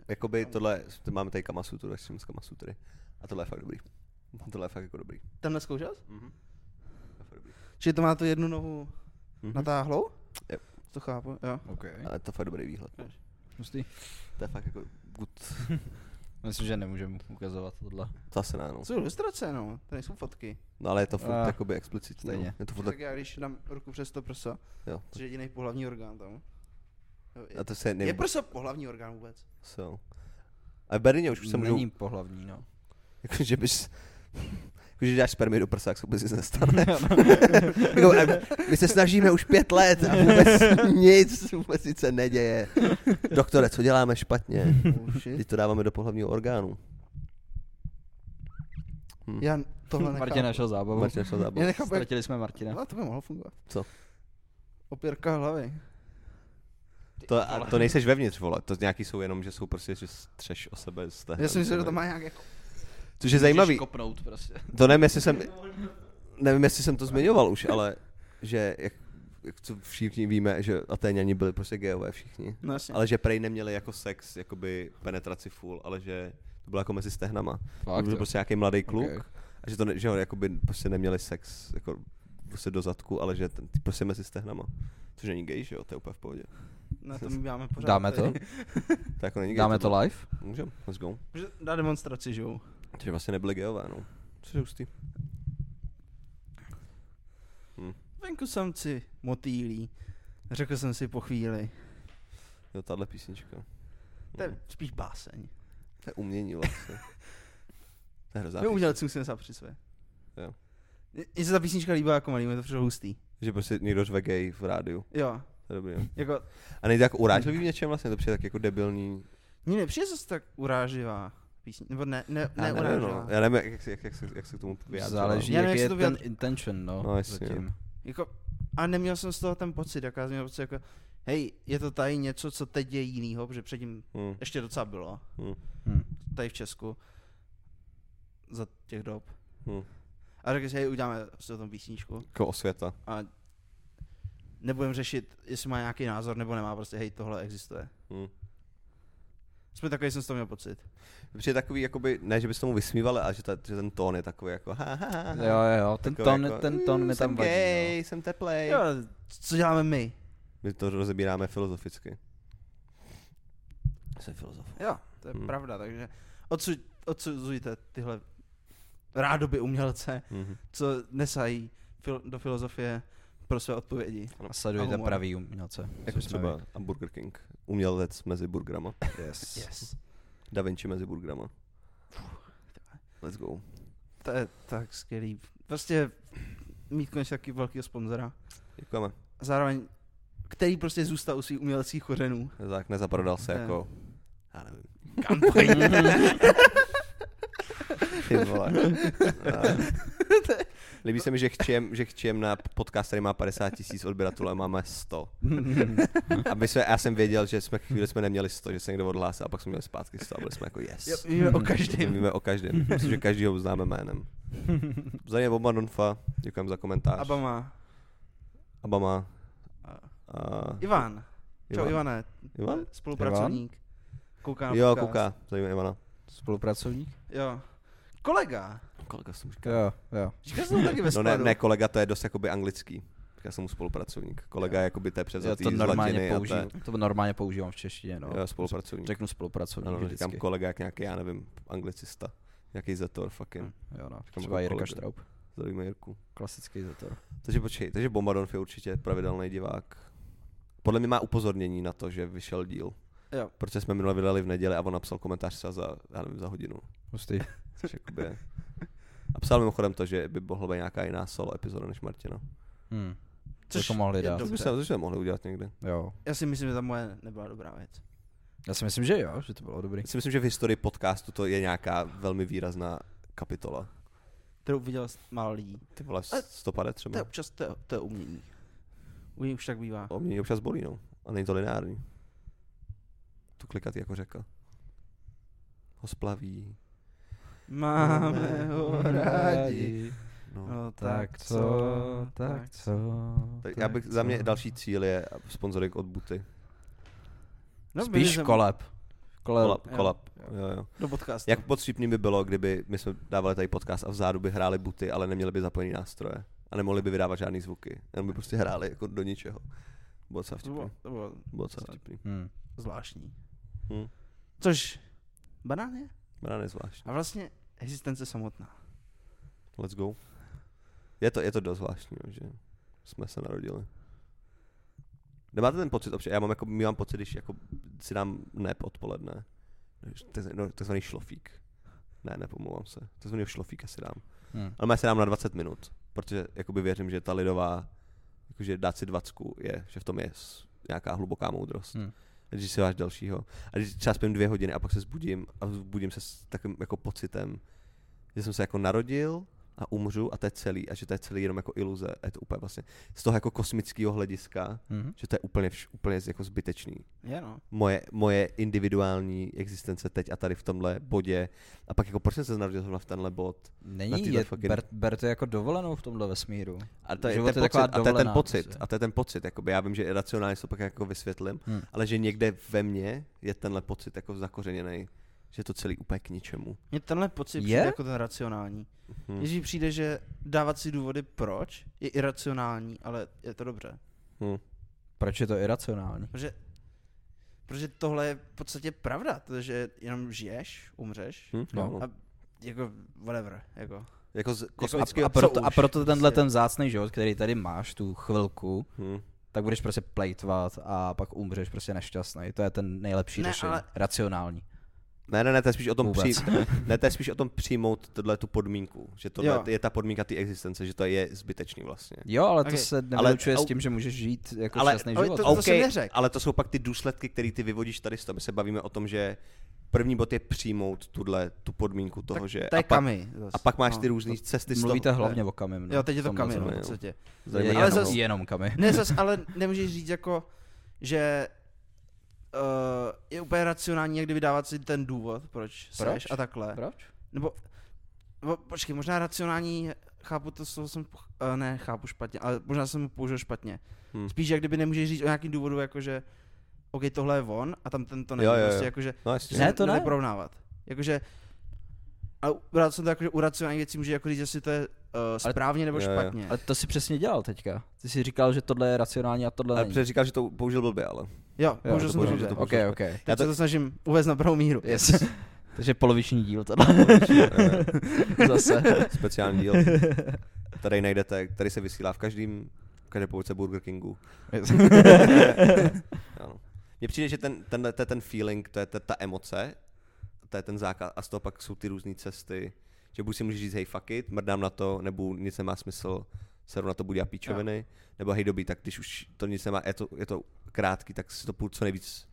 Speaker 3: jakoby tohle, máme tady Kamasutru, tak jsem z Kamasutry. A tohle je fakt dobrý. Tohle je fakt jako dobrý.
Speaker 4: Tam neskoušel jsi?
Speaker 3: Mhm. To je fakt dobrý.
Speaker 4: Čili to má tu jednu nohu
Speaker 3: Mhm.
Speaker 4: natáhlou?
Speaker 3: Jo.
Speaker 4: To chápu, jo.
Speaker 2: OK.
Speaker 3: Ale to je fakt dobrý výhled.
Speaker 2: Hustý.
Speaker 3: To je fakt jako good.
Speaker 2: Myslím, že nemůžeme ukazovat tohle.
Speaker 3: To asi ne, no.
Speaker 4: Jsou ilustrace, no. To nejsou fotky.
Speaker 3: no ale je to furt
Speaker 2: Ah,
Speaker 3: jakoby explicitní.
Speaker 2: stejně.
Speaker 3: No. Je to furt
Speaker 4: Tak
Speaker 3: tak,
Speaker 4: já když dám ruku přes to prsa,
Speaker 3: jo.
Speaker 4: což je jediný pohlavní orgán tam. Jo, je-
Speaker 3: A to se
Speaker 4: Je
Speaker 3: nevím.
Speaker 4: prso pohlavní orgán vůbec?
Speaker 3: So. A v Berlíně už se můžou,
Speaker 2: Není pohlavní, no.
Speaker 3: jako, že bys, jako, že dáš spermy do prsa, jak se vůbec nic nestane.
Speaker 4: No.
Speaker 3: jako, a my se snažíme už pět let a vůbec nic, vůbec nic se neděje. Doktore, co děláme špatně?
Speaker 4: Oh, shit.
Speaker 3: Teď to dáváme do pohlavního orgánu. Hm.
Speaker 4: Já tohle
Speaker 2: Martin
Speaker 4: nechápu.
Speaker 2: našel zábavu.
Speaker 3: Martin, šel
Speaker 4: Já
Speaker 3: zábavu.
Speaker 4: nechápu, jak...
Speaker 2: Ztratili jsme Martina.
Speaker 4: Ale to by mohlo fungovat.
Speaker 3: Co?
Speaker 4: Opěrka hlavy.
Speaker 3: To, a to nejseš vevnitř, vole. To nějaký jsou jenom, že jsou prostě, že střeš o sebe. Z
Speaker 4: Já si myslím, že to má nějak jako...
Speaker 3: Což je zajímavý.
Speaker 2: Můžeš kopnout prostě.
Speaker 3: To nevím, jestli jsem, nevím, jestli jsem to zmiňoval už, ale že jak, jak co všichni víme, že Atéňani byli prostě geové všichni.
Speaker 4: No jasně.
Speaker 3: Ale že prej neměli jako sex, jakoby penetraci full, ale že to bylo jako mezi stehnama. Fakt, byl prostě nějaký mladý kluk
Speaker 2: Ok.
Speaker 3: a že, to ne, že ho jakoby prostě neměli sex jako prostě do zadku, ale že ten, prostě mezi stehnama. Což není gay, že jo, to je úplně v pohodě.
Speaker 4: Na to my děláme pořád.
Speaker 2: Dáme to?
Speaker 3: To jako není gay.
Speaker 2: Dáme to
Speaker 3: bylo-
Speaker 2: live?
Speaker 3: Můžem, let's go.
Speaker 4: Může dát demonstraci, že jo?
Speaker 3: Takže vlastně nebyli geové, no. Což je hustý.
Speaker 4: Venku samci motýlí. Řekl jsem si po chvíli.
Speaker 3: Jo, tahle písnička. No.
Speaker 4: To
Speaker 3: Mhm.
Speaker 4: je spíš báseň.
Speaker 3: To je umění vlastně. To je hrozná
Speaker 4: My
Speaker 3: písnička.
Speaker 4: umělci musíme se při své.
Speaker 3: Jo.
Speaker 4: Mně se ta písnička líbá jako malý, mi to přišlo hustý.
Speaker 3: Že prostě někdo řve gay v rádiu.
Speaker 4: Jo,
Speaker 3: To je dobrý. jo.
Speaker 4: jako,
Speaker 3: A nejde jako urážlivý
Speaker 2: Hmm.
Speaker 3: v něčem vlastně, to přijde tak jako debilní.
Speaker 4: mně nepřijde zase tak uráživá písnička, nebo ne, ne,
Speaker 3: Já
Speaker 4: ne,
Speaker 3: nevím,
Speaker 4: uráživá.
Speaker 3: no. Já nevím, jak, jak, jak, jak, se, jak se k tomu vyjádřil.
Speaker 2: Záleží,
Speaker 4: Já
Speaker 2: jak
Speaker 4: nevím,
Speaker 2: je
Speaker 4: jak se to
Speaker 2: ten
Speaker 4: vyjadř-
Speaker 2: intention, no.
Speaker 3: No, jasně,
Speaker 2: zatím.
Speaker 4: Jako, a neměl jsem z toho ten pocit, jako já jsem měl pocit jako, hej, je to tady něco, co teď je jinýho, protože předtím
Speaker 3: Hmm.
Speaker 4: ještě docela bylo,
Speaker 2: Hm.
Speaker 4: tady v Česku, za těch dob.
Speaker 3: Hmm.
Speaker 4: A řekl jsem, hej, uděláme si o tom písničku
Speaker 3: Jako osvěta.
Speaker 4: a nebudem řešit, jestli má nějaký názor nebo nemá, prostě hej, tohle existuje.
Speaker 3: Hmm.
Speaker 4: Jsme takový jsem z toho měl pocit.
Speaker 3: Přijde takový, jakoby, ne, že bys tomu vysmíval, ale že, ta, že ten tón je takový jako ha, ha, ha, ha.
Speaker 2: Jo, jo, jo, ten
Speaker 3: Takový
Speaker 2: tón,
Speaker 3: jako,
Speaker 2: ten tón mi
Speaker 3: "Mm,
Speaker 2: tam
Speaker 3: jsem
Speaker 2: vadí.
Speaker 3: gay,
Speaker 2: no.
Speaker 3: jsem teplej.
Speaker 4: Jo, ale co děláme my?
Speaker 3: My to rozebíráme filozoficky. Jsem filozof.
Speaker 4: Jo, to je
Speaker 3: Hmm.
Speaker 4: hmm. pravda, takže odsud, odsuzujte tyhle rádoby umělce,
Speaker 3: Mhm.
Speaker 4: co nesají fil- do filozofie pro své odpovědi.
Speaker 2: A sledujte
Speaker 4: A humor.
Speaker 2: pravý umělce.
Speaker 3: Jako
Speaker 2: Co jsme
Speaker 3: třeba a Burger King. Umělec mezi burgerama.
Speaker 2: vy. Yes.
Speaker 4: Yes.
Speaker 3: Da Vinci mezi burgrama. Let's go.
Speaker 4: To je tak skvělý. Prostě mít konečně taky velkého sponzora.
Speaker 3: Děkujeme.
Speaker 4: Zároveň, který prostě zůstal u svých uměleckých kořenů.
Speaker 3: Tak nezaprodal se
Speaker 4: Ne.
Speaker 3: jako... Já nevím. Ty vole. Ale- Líbí se mi, že chčem, že chčem na podcast, který má 50 tisíc odběratelů a máme 100. A my jsme, já jsem věděl, že jsme chvíli jsme neměli 100, že se někdo odhlásil a pak jsme měli zpátky 100 a byli jsme jako
Speaker 4: Jo,
Speaker 3: yes.
Speaker 4: víme o každém.
Speaker 3: Víme o každém. Myslím, že každýho známe jménem. Za ně Boba Donfa, děkujeme za komentář.
Speaker 4: Abama.
Speaker 3: Abama.
Speaker 4: A-
Speaker 3: A...
Speaker 4: Ivan. Čau Ivane.
Speaker 3: Ivan?
Speaker 4: Spolupracovník. Kouká na
Speaker 3: Jo,
Speaker 4: podcast.
Speaker 3: kouká, zajímá Ivana.
Speaker 2: Spolupracovník?
Speaker 4: Jo. Kolega.
Speaker 3: Kolega jsem říkal.
Speaker 2: Jo, jo.
Speaker 4: Říkal jsem to taky ve
Speaker 3: No ne,
Speaker 4: skladu.
Speaker 3: ne, kolega, to je dost jakoby anglický. Říká jsem mu spolupracovník. Kolega je jakoby té
Speaker 2: Já
Speaker 3: převzatý
Speaker 2: to
Speaker 3: z
Speaker 2: normálně
Speaker 3: latiny a
Speaker 2: používám.
Speaker 3: té-
Speaker 2: To normálně používám v češtině, no.
Speaker 3: Jo, spolupracovník.
Speaker 2: Řeknu spolupracovník
Speaker 3: Ano,
Speaker 2: vždycky.
Speaker 3: říkám kolega jak nějaký, já nevím, anglicista. Nějaký Zator, fucking.
Speaker 2: jo, no.
Speaker 3: Říkám
Speaker 2: Třeba
Speaker 3: jako
Speaker 2: Jirka
Speaker 3: kolega.
Speaker 2: Štraub.
Speaker 3: Zdravíme Jirku.
Speaker 2: Klasický zator.
Speaker 3: Takže počkej, takže Bombardonf je určitě pravidelný divák. Podle mě má upozornění na to, že vyšel díl.
Speaker 4: Jo.
Speaker 3: Protože jsme minule vydali v neděli a on napsal komentář třeba za, já nevím, za hodinu.
Speaker 2: Hustý.
Speaker 3: Což jakoby... je- A psal mimochodem to, že by mohla být nějaká jiná solo epizoda než Martina.
Speaker 2: Hm.
Speaker 4: Což
Speaker 2: Což to mohli
Speaker 4: je
Speaker 2: dát.
Speaker 3: To
Speaker 4: Dobře.
Speaker 3: bychom, to bychom mohli udělat někdy.
Speaker 2: Jo.
Speaker 4: Já si myslím, že ta moje nebyla dobrá věc.
Speaker 2: Já si myslím, že jo, že to bylo dobrý.
Speaker 3: Já si myslím, že v historii podcastu to je nějaká velmi výrazná kapitola.
Speaker 4: Kterou viděl málo lidí.
Speaker 3: Ty vole,
Speaker 4: Ale-
Speaker 3: 150
Speaker 4: To je
Speaker 3: třeba.
Speaker 4: občas to, je- to je umění. Umění už tak bývá.
Speaker 3: O mě občas bolí, No. no. A není to lineární. To klikat jako řeka. Hosplaví.
Speaker 4: Máme
Speaker 2: No,
Speaker 4: ho rádi.
Speaker 3: No.
Speaker 4: No
Speaker 2: Tak co, tak co.
Speaker 3: Tak já bych, za mě další cíl je sponzorik od Buty.
Speaker 4: No, byli
Speaker 2: Spíš
Speaker 4: jsme-
Speaker 2: kolab. Kolab.
Speaker 3: Kolab, kolab. Jo, jo.
Speaker 4: Do podcastu.
Speaker 3: Jak podstřípný by bylo, kdyby my jsme dávali tady podcast a vzadu by hráli buty, ale neměli by zapojený nástroje. A nemohli by vydávat žádný zvuky. Jenom by prostě hráli jako do ničeho. Bylo docela
Speaker 4: to bylo,
Speaker 3: vtipný.
Speaker 4: to bylo
Speaker 3: Bylo docela vtipný.
Speaker 2: Hm.
Speaker 4: zvláštní.
Speaker 3: Hm.
Speaker 4: Což banán je?
Speaker 3: Mra nezvláštní.
Speaker 4: A vlastně existence samotná.
Speaker 3: Let's go. Je to, je to dost zvláštní, no, že jsme se narodili. Nemáte ten pocit, občas, já mám, jako, my mám pocit, když jako si dám nep odpoledne, Takz- no, takzvaný šlofík. Ne, nepomlouvám se. Takzvaný šlofíka si dám.
Speaker 2: Hm.
Speaker 3: Ale má se dám na 20 minut, protože jakoby věřím, že ta lidová, jakože dát si 20, je, že v tom je s- nějaká hluboká moudrost.
Speaker 2: Hm.
Speaker 3: Hmm. Když si váš dalšího. A když třeba spím dvě hodiny a pak se zbudím a zbudím se s takovým jako pocitem, že jsem se jako narodil a umřu a to je celý a že to je celý jenom jako iluze. A je to úplně vlastně z toho jako kosmického hlediska,
Speaker 2: Mhm.
Speaker 3: že to je úplně, vš, úplně jako zbytečný
Speaker 4: Je no.
Speaker 3: moje, moje individuální existence teď a tady v tomhle bodě. A pak jako proč jsem se narodil zrovna v tenhle bod? Na
Speaker 2: Není,
Speaker 3: tyhle
Speaker 2: je,
Speaker 3: fucking-
Speaker 2: ber, ber, to jako dovolenou v tomhle vesmíru.
Speaker 3: A to je,
Speaker 2: Život
Speaker 3: ten,
Speaker 2: je
Speaker 3: pocit,
Speaker 2: taková
Speaker 3: a to je ten
Speaker 2: dovolená
Speaker 3: pocit.
Speaker 2: prostě.
Speaker 3: A to je ten pocit. Jakoby, já vím, že racionálně to pak jako vysvětlím,
Speaker 2: Hmm.
Speaker 3: hmm. ale že někde ve mně je tenhle pocit jako zakořeněný, že je to celý úplně k ničemu.
Speaker 4: Mně tenhle pocit
Speaker 2: Je?
Speaker 4: je? přijde jako ten racionální.
Speaker 3: Hm.
Speaker 4: Když mi přijde, že dávat si důvody proč je iracionální, ale je to dobře.
Speaker 3: Hm.
Speaker 2: Proč je to iracionální?
Speaker 4: Protože, protože tohle je v podstatě pravda, protože jenom žiješ, umřeš,
Speaker 3: Hm?
Speaker 2: No.
Speaker 3: No.
Speaker 4: A- jako whatever, jako.
Speaker 3: Jako z
Speaker 2: A,
Speaker 3: kosmického...
Speaker 2: a, proto,
Speaker 4: co
Speaker 2: a
Speaker 4: už,
Speaker 2: proto tenhle
Speaker 4: prostě.
Speaker 2: ten vzácný život, který tady máš, tu chvilku,
Speaker 3: Hm.
Speaker 2: tak budeš prostě plejtvat a pak umřeš prostě nešťastný. To je ten nejlepší
Speaker 4: Ne,
Speaker 2: řešení.
Speaker 4: ale-
Speaker 2: Racionální.
Speaker 3: Ne, ne, ne, to je spíš o tom,
Speaker 2: Vůbec.
Speaker 3: při... ne, to je spíš o tom přijmout tohle tu podmínku. Že tohle
Speaker 4: Jo.
Speaker 3: je ta podmínka té existence, že to je zbytečný vlastně.
Speaker 2: Jo, ale okay. to
Speaker 4: Okay.
Speaker 2: se nevylučuje
Speaker 3: Ale-
Speaker 2: s tím, že můžeš žít jako ale,
Speaker 3: Ale-
Speaker 2: šťastný
Speaker 4: ale
Speaker 2: život.
Speaker 4: to-
Speaker 2: no.
Speaker 4: jsem neřekl.
Speaker 3: ale to jsou pak ty důsledky, které ty vyvodíš tady z toho. My se bavíme o tom, že první bod je přijmout tuhle, tu podmínku toho, že...
Speaker 4: To
Speaker 3: a
Speaker 4: je
Speaker 3: pak,
Speaker 4: kamy. zas.
Speaker 3: a pak máš
Speaker 4: No.
Speaker 3: ty různé cesty z toho.
Speaker 2: Mluvíte hlavně o kamim. No,
Speaker 4: Jo, teď je
Speaker 2: v
Speaker 4: to
Speaker 2: tomhle
Speaker 4: kamy, no,
Speaker 2: zrovna.
Speaker 4: v
Speaker 3: jo.
Speaker 4: podstatě.
Speaker 2: Je,
Speaker 3: Zajímavé.
Speaker 2: jenom,
Speaker 4: Ale
Speaker 2: ale
Speaker 4: zas-
Speaker 2: jenom kamy.
Speaker 4: Ne, zas, ale nemůžeš říct jako, že uh, je úplně racionální jak kdyby dávat si ten důvod, proč,
Speaker 2: Proč?
Speaker 4: seš a takhle.
Speaker 2: Proč?
Speaker 4: Nebo, nebo, počkej, možná racionální, chápu to, co jsem, uh, ne, chápu špatně, ale možná jsem ho použil špatně.
Speaker 3: Hmm.
Speaker 4: Hmm. Spíš jak kdyby nemůžeš říct o nějakým důvodu, jakože, OK, tohle je on a tam tento ne,
Speaker 3: Jo, jo, jo.
Speaker 4: prostě jakože,
Speaker 3: No jasně.
Speaker 2: Ne, to ne.
Speaker 4: Nelze porovnávat. Jakože, ale rád jsem to jakože u racionálních věcí může jako říct, jestli to je uh, správně nebo
Speaker 3: jo, jo.
Speaker 4: špatně.
Speaker 2: Ale to si přesně dělal teďka. Ty jsi říkal, že tohle je racionální a tohle
Speaker 3: Ale
Speaker 2: není.
Speaker 3: přece říkal, že to použil blbě, ale.
Speaker 4: Jo,
Speaker 2: Jo,
Speaker 4: použil
Speaker 3: to
Speaker 4: jsem to
Speaker 3: bohužel,
Speaker 4: dobře.
Speaker 3: že to
Speaker 2: OK,
Speaker 3: použil.
Speaker 2: OK.
Speaker 4: Já to... se to snažím uvést na pravou míru.
Speaker 2: Yes. Takže poloviční díl tohle.
Speaker 3: Eh,
Speaker 2: Zase.
Speaker 3: Speciální díl. Tady najdete, tady se vysílá v každém, v každé povodce Burger Kingu. Ano. Mně přijde, že ten, ten, ten, ten feeling, to je ta, ta emoce, to je ten zákaz a z toho pak jsou ty různé cesty, že buď si můžeš říct, hej, fuck it, mrdám na to, nebo nic nemá smysl, seru na to budu dělat píčoviny, nebo hej, dobrý, tak když už to nic nemá, je to, je to krátký, tak si to půjdu co nejvíc,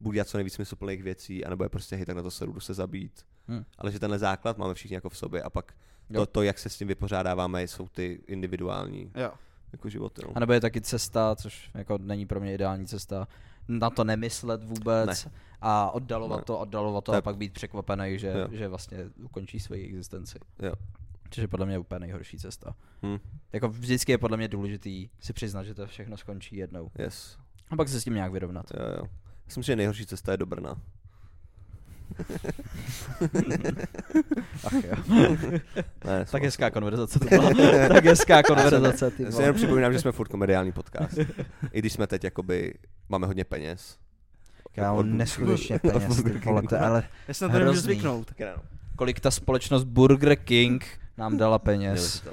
Speaker 3: budu dělat co nejvíc smysluplných věcí, anebo je prostě, hej, tak na to seru, jdu se zabít.
Speaker 2: Hm.
Speaker 3: Ale že tenhle základ máme všichni jako v sobě a pak
Speaker 2: Jo.
Speaker 3: to, to, jak se s tím vypořádáváme, jsou ty individuální
Speaker 4: Jo.
Speaker 3: jako životy. No.
Speaker 2: A nebo je taky cesta, což jako není pro mě ideální cesta, na to nemyslet vůbec ne. a oddalovat
Speaker 3: Ne.
Speaker 2: ne. to, oddalovat
Speaker 3: To
Speaker 2: to a
Speaker 3: je-
Speaker 2: pak být překvapený, že,
Speaker 3: No. Jo.
Speaker 2: že vlastně ukončí svoji existenci.
Speaker 3: Jo.
Speaker 2: Což je podle mě úplně nejhorší cesta.
Speaker 3: Hm.
Speaker 2: Jako vždycky je podle mě důležitý si přiznat, že to všechno skončí jednou.
Speaker 3: Yes.
Speaker 2: A pak se s tím nějak vyrovnat.
Speaker 3: Jo, jo. Já si myslím, že nejhorší cesta je do Brna.
Speaker 2: Ach jo.
Speaker 3: Ne,
Speaker 2: tak
Speaker 3: souhlasím.
Speaker 2: hezká konverzace to byla. tak hezká konverzace. Ty
Speaker 3: Já si
Speaker 2: vole.
Speaker 3: jenom připomínám, že jsme furt komediální podcast. I když jsme teď jakoby, máme hodně peněz.
Speaker 2: Kámo,
Speaker 3: Od-
Speaker 2: neskutečně
Speaker 3: od no.
Speaker 2: peněz, ty
Speaker 3: Burger
Speaker 2: vole, to je ale
Speaker 4: Já se na to nemůžu
Speaker 2: Hrozný.
Speaker 4: zvyknout.
Speaker 3: Kráno.
Speaker 2: kolik ta společnost Burger King nám dala peněz.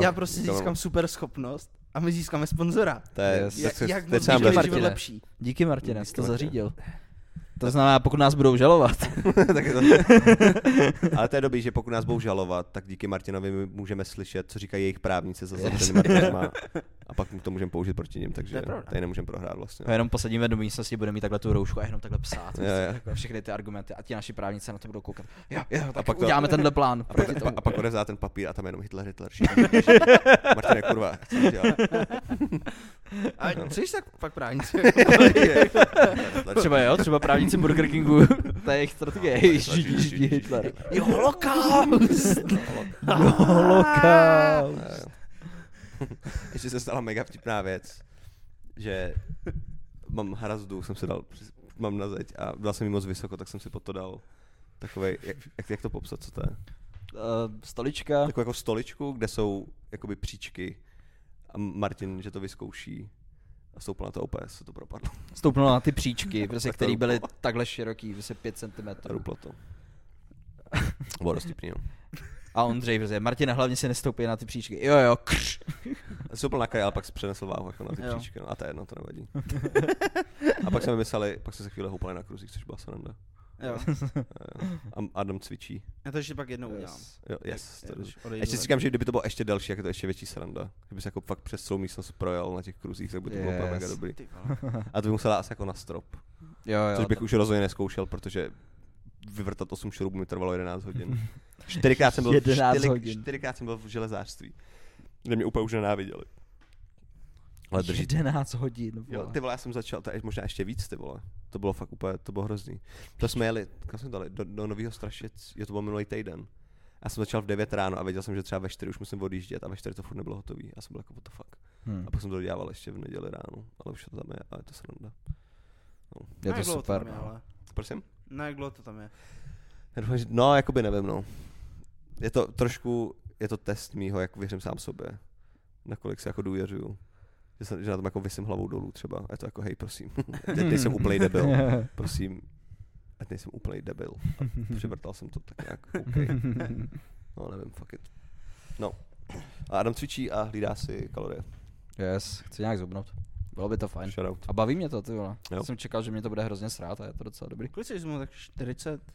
Speaker 4: Já prostě získám super schopnost a my získáme sponzora.
Speaker 3: To je,
Speaker 2: Yes.
Speaker 3: tak
Speaker 4: Jak,
Speaker 3: se,
Speaker 4: jak
Speaker 3: teď
Speaker 4: moc
Speaker 3: se nám
Speaker 4: je
Speaker 2: No, díky,
Speaker 3: daří.
Speaker 4: život
Speaker 2: Martine.
Speaker 4: lepší.
Speaker 2: Díky Martina, jsi to
Speaker 3: Martine.
Speaker 2: zařídil. To znamená, pokud nás budou žalovat.
Speaker 3: Tak je to... Ale to je dobrý, že pokud nás budou žalovat, tak díky Martinovi my můžeme slyšet, co říkají jejich právníci za zavřenýma dveřma. A pak to můžeme použít proti nim, takže tady nemůžeme prohrát vlastně.
Speaker 2: A jenom posadíme do místnosti, bude mít takhle tu roušku a jenom takhle psát.
Speaker 3: Jo, jo.
Speaker 2: Takhle všechny ty argumenty a ti naši právníci na to budou koukat. Jo, jo, tak
Speaker 3: pak to-
Speaker 2: uděláme tenhle plán.
Speaker 3: A
Speaker 2: proti
Speaker 3: pak,
Speaker 2: tomu.
Speaker 3: a pak odevzdá ten papír a tam jenom Hitler, Hitler, šílený. Martine, kurva, co jsi dělal?
Speaker 4: A co jsi tak pak právníci?
Speaker 2: Třeba jo, třeba právníci Burger Kingu, to je jejich strategie.
Speaker 3: Hitler,
Speaker 2: Ježíš,
Speaker 3: žij, žij, žij.
Speaker 2: Hitler.
Speaker 4: jo, holokaust!
Speaker 2: Holokaust.
Speaker 3: Ne, jo. Ještě se stala mega vtipná věc, že mám hrazdu, jsem si dal, přes- mám na zeď a dal jsem ji moc vysoko, tak jsem si pod to dal takovej, jak, jak, jak to popsat, co to je?
Speaker 2: Eh, Stolička.
Speaker 3: Takovou jako stoličku, kde jsou jakoby příčky a Martin, že to vyzkouší a stoupil na to opět, se to propadlo
Speaker 2: Stoupnula na ty příčky, prostě,
Speaker 3: Tak to
Speaker 2: které byly
Speaker 3: doufám.
Speaker 2: takhle široký, prostě 5
Speaker 3: a
Speaker 2: cm.
Speaker 3: ruplo to. Bylo dost vtipný, no.
Speaker 2: A Ondřej prostě, Martina hlavně si nestoupí na ty příčky. Jo, jo, kř.
Speaker 3: Stoupil na kraj, ale pak si přenesl váhu jako na ty
Speaker 2: Jo.
Speaker 3: příčky, no. a to je jedno, to nevadí. A pak jsme vymysleli, pak jsme se chvíli houpali na kruzích, což byla sranda. Eh,
Speaker 4: jo.
Speaker 3: A Adam cvičí.
Speaker 4: Já to ještě pak jednou No, udělám.
Speaker 3: Jo, yes, to je dobře.
Speaker 4: Když odejdu
Speaker 3: ještě si
Speaker 4: ven.
Speaker 3: říkám, že kdyby to bylo ještě delší, jak je to ještě větší sranda. Kdyby se jako fakt přes celou místnost projel na těch kruzích, tak by to bylo yes. mega
Speaker 2: Yes.
Speaker 3: dobrý.
Speaker 4: Ty vole.
Speaker 3: A to by musela asi jako na strop.
Speaker 2: Jo, jo.
Speaker 3: Což bych
Speaker 2: to-
Speaker 3: už rozhodně neskoušel, protože vyvrtat 8 šroubů mi trvalo 11 hodin. Čtyřikrát jsem byl,
Speaker 2: 11
Speaker 3: čtyři,
Speaker 2: hodin.
Speaker 3: čtyřikrát jsem byl v železářství. Kde mě úplně už nenáviděli. Ale drží
Speaker 2: 11 hodin.
Speaker 3: Jo,
Speaker 2: vole.
Speaker 3: ty vole, já jsem začal, to je možná ještě víc, ty vole. To bylo fakt úplně, to bylo hrozný. To jsme jeli, kam jsme dali, do, do Nového Strašic, jo, to bylo minulý týden. Já jsem začal v 9 ráno a věděl jsem, že třeba ve 4 už musím odjíždět a ve 4 to furt nebylo hotový. Já jsem byl jako, what the fuck.
Speaker 2: Hm.
Speaker 3: A pak jsem to dělal ještě v neděli ráno, ale už to tam je, ale to se nedá.
Speaker 2: Je
Speaker 4: Ne,
Speaker 2: to
Speaker 4: jak dlouho
Speaker 2: super.
Speaker 4: tam je,
Speaker 2: no.
Speaker 4: ale.
Speaker 3: Prosím?
Speaker 4: Ne, jak dlouho to tam je.
Speaker 3: Já doufám, že- No, jakoby nevím, no. Je to trošku, je to test mýho, jak věřím sám sobě. Nakolik se jako důvěřuju. Že, jsem, že na tom jako vysím hlavou dolů třeba. A je to jako, hej, prosím, teď nejsem úplný debil. prosím, ať nejsem úplný debil. A přivrtal jsem to tak nějak, OK. No nevím, fuck it. No. A Adam cvičí a hlídá si kalorie.
Speaker 2: yes, chci nějak zubnout. Bylo by to fajn.
Speaker 3: Shoutout.
Speaker 2: A baví mě to, ty vole.
Speaker 3: Jo.
Speaker 2: Já jsem čekal, že mě to bude hrozně srát a je to docela dobrý.
Speaker 4: Kolik jsi mu tak 40?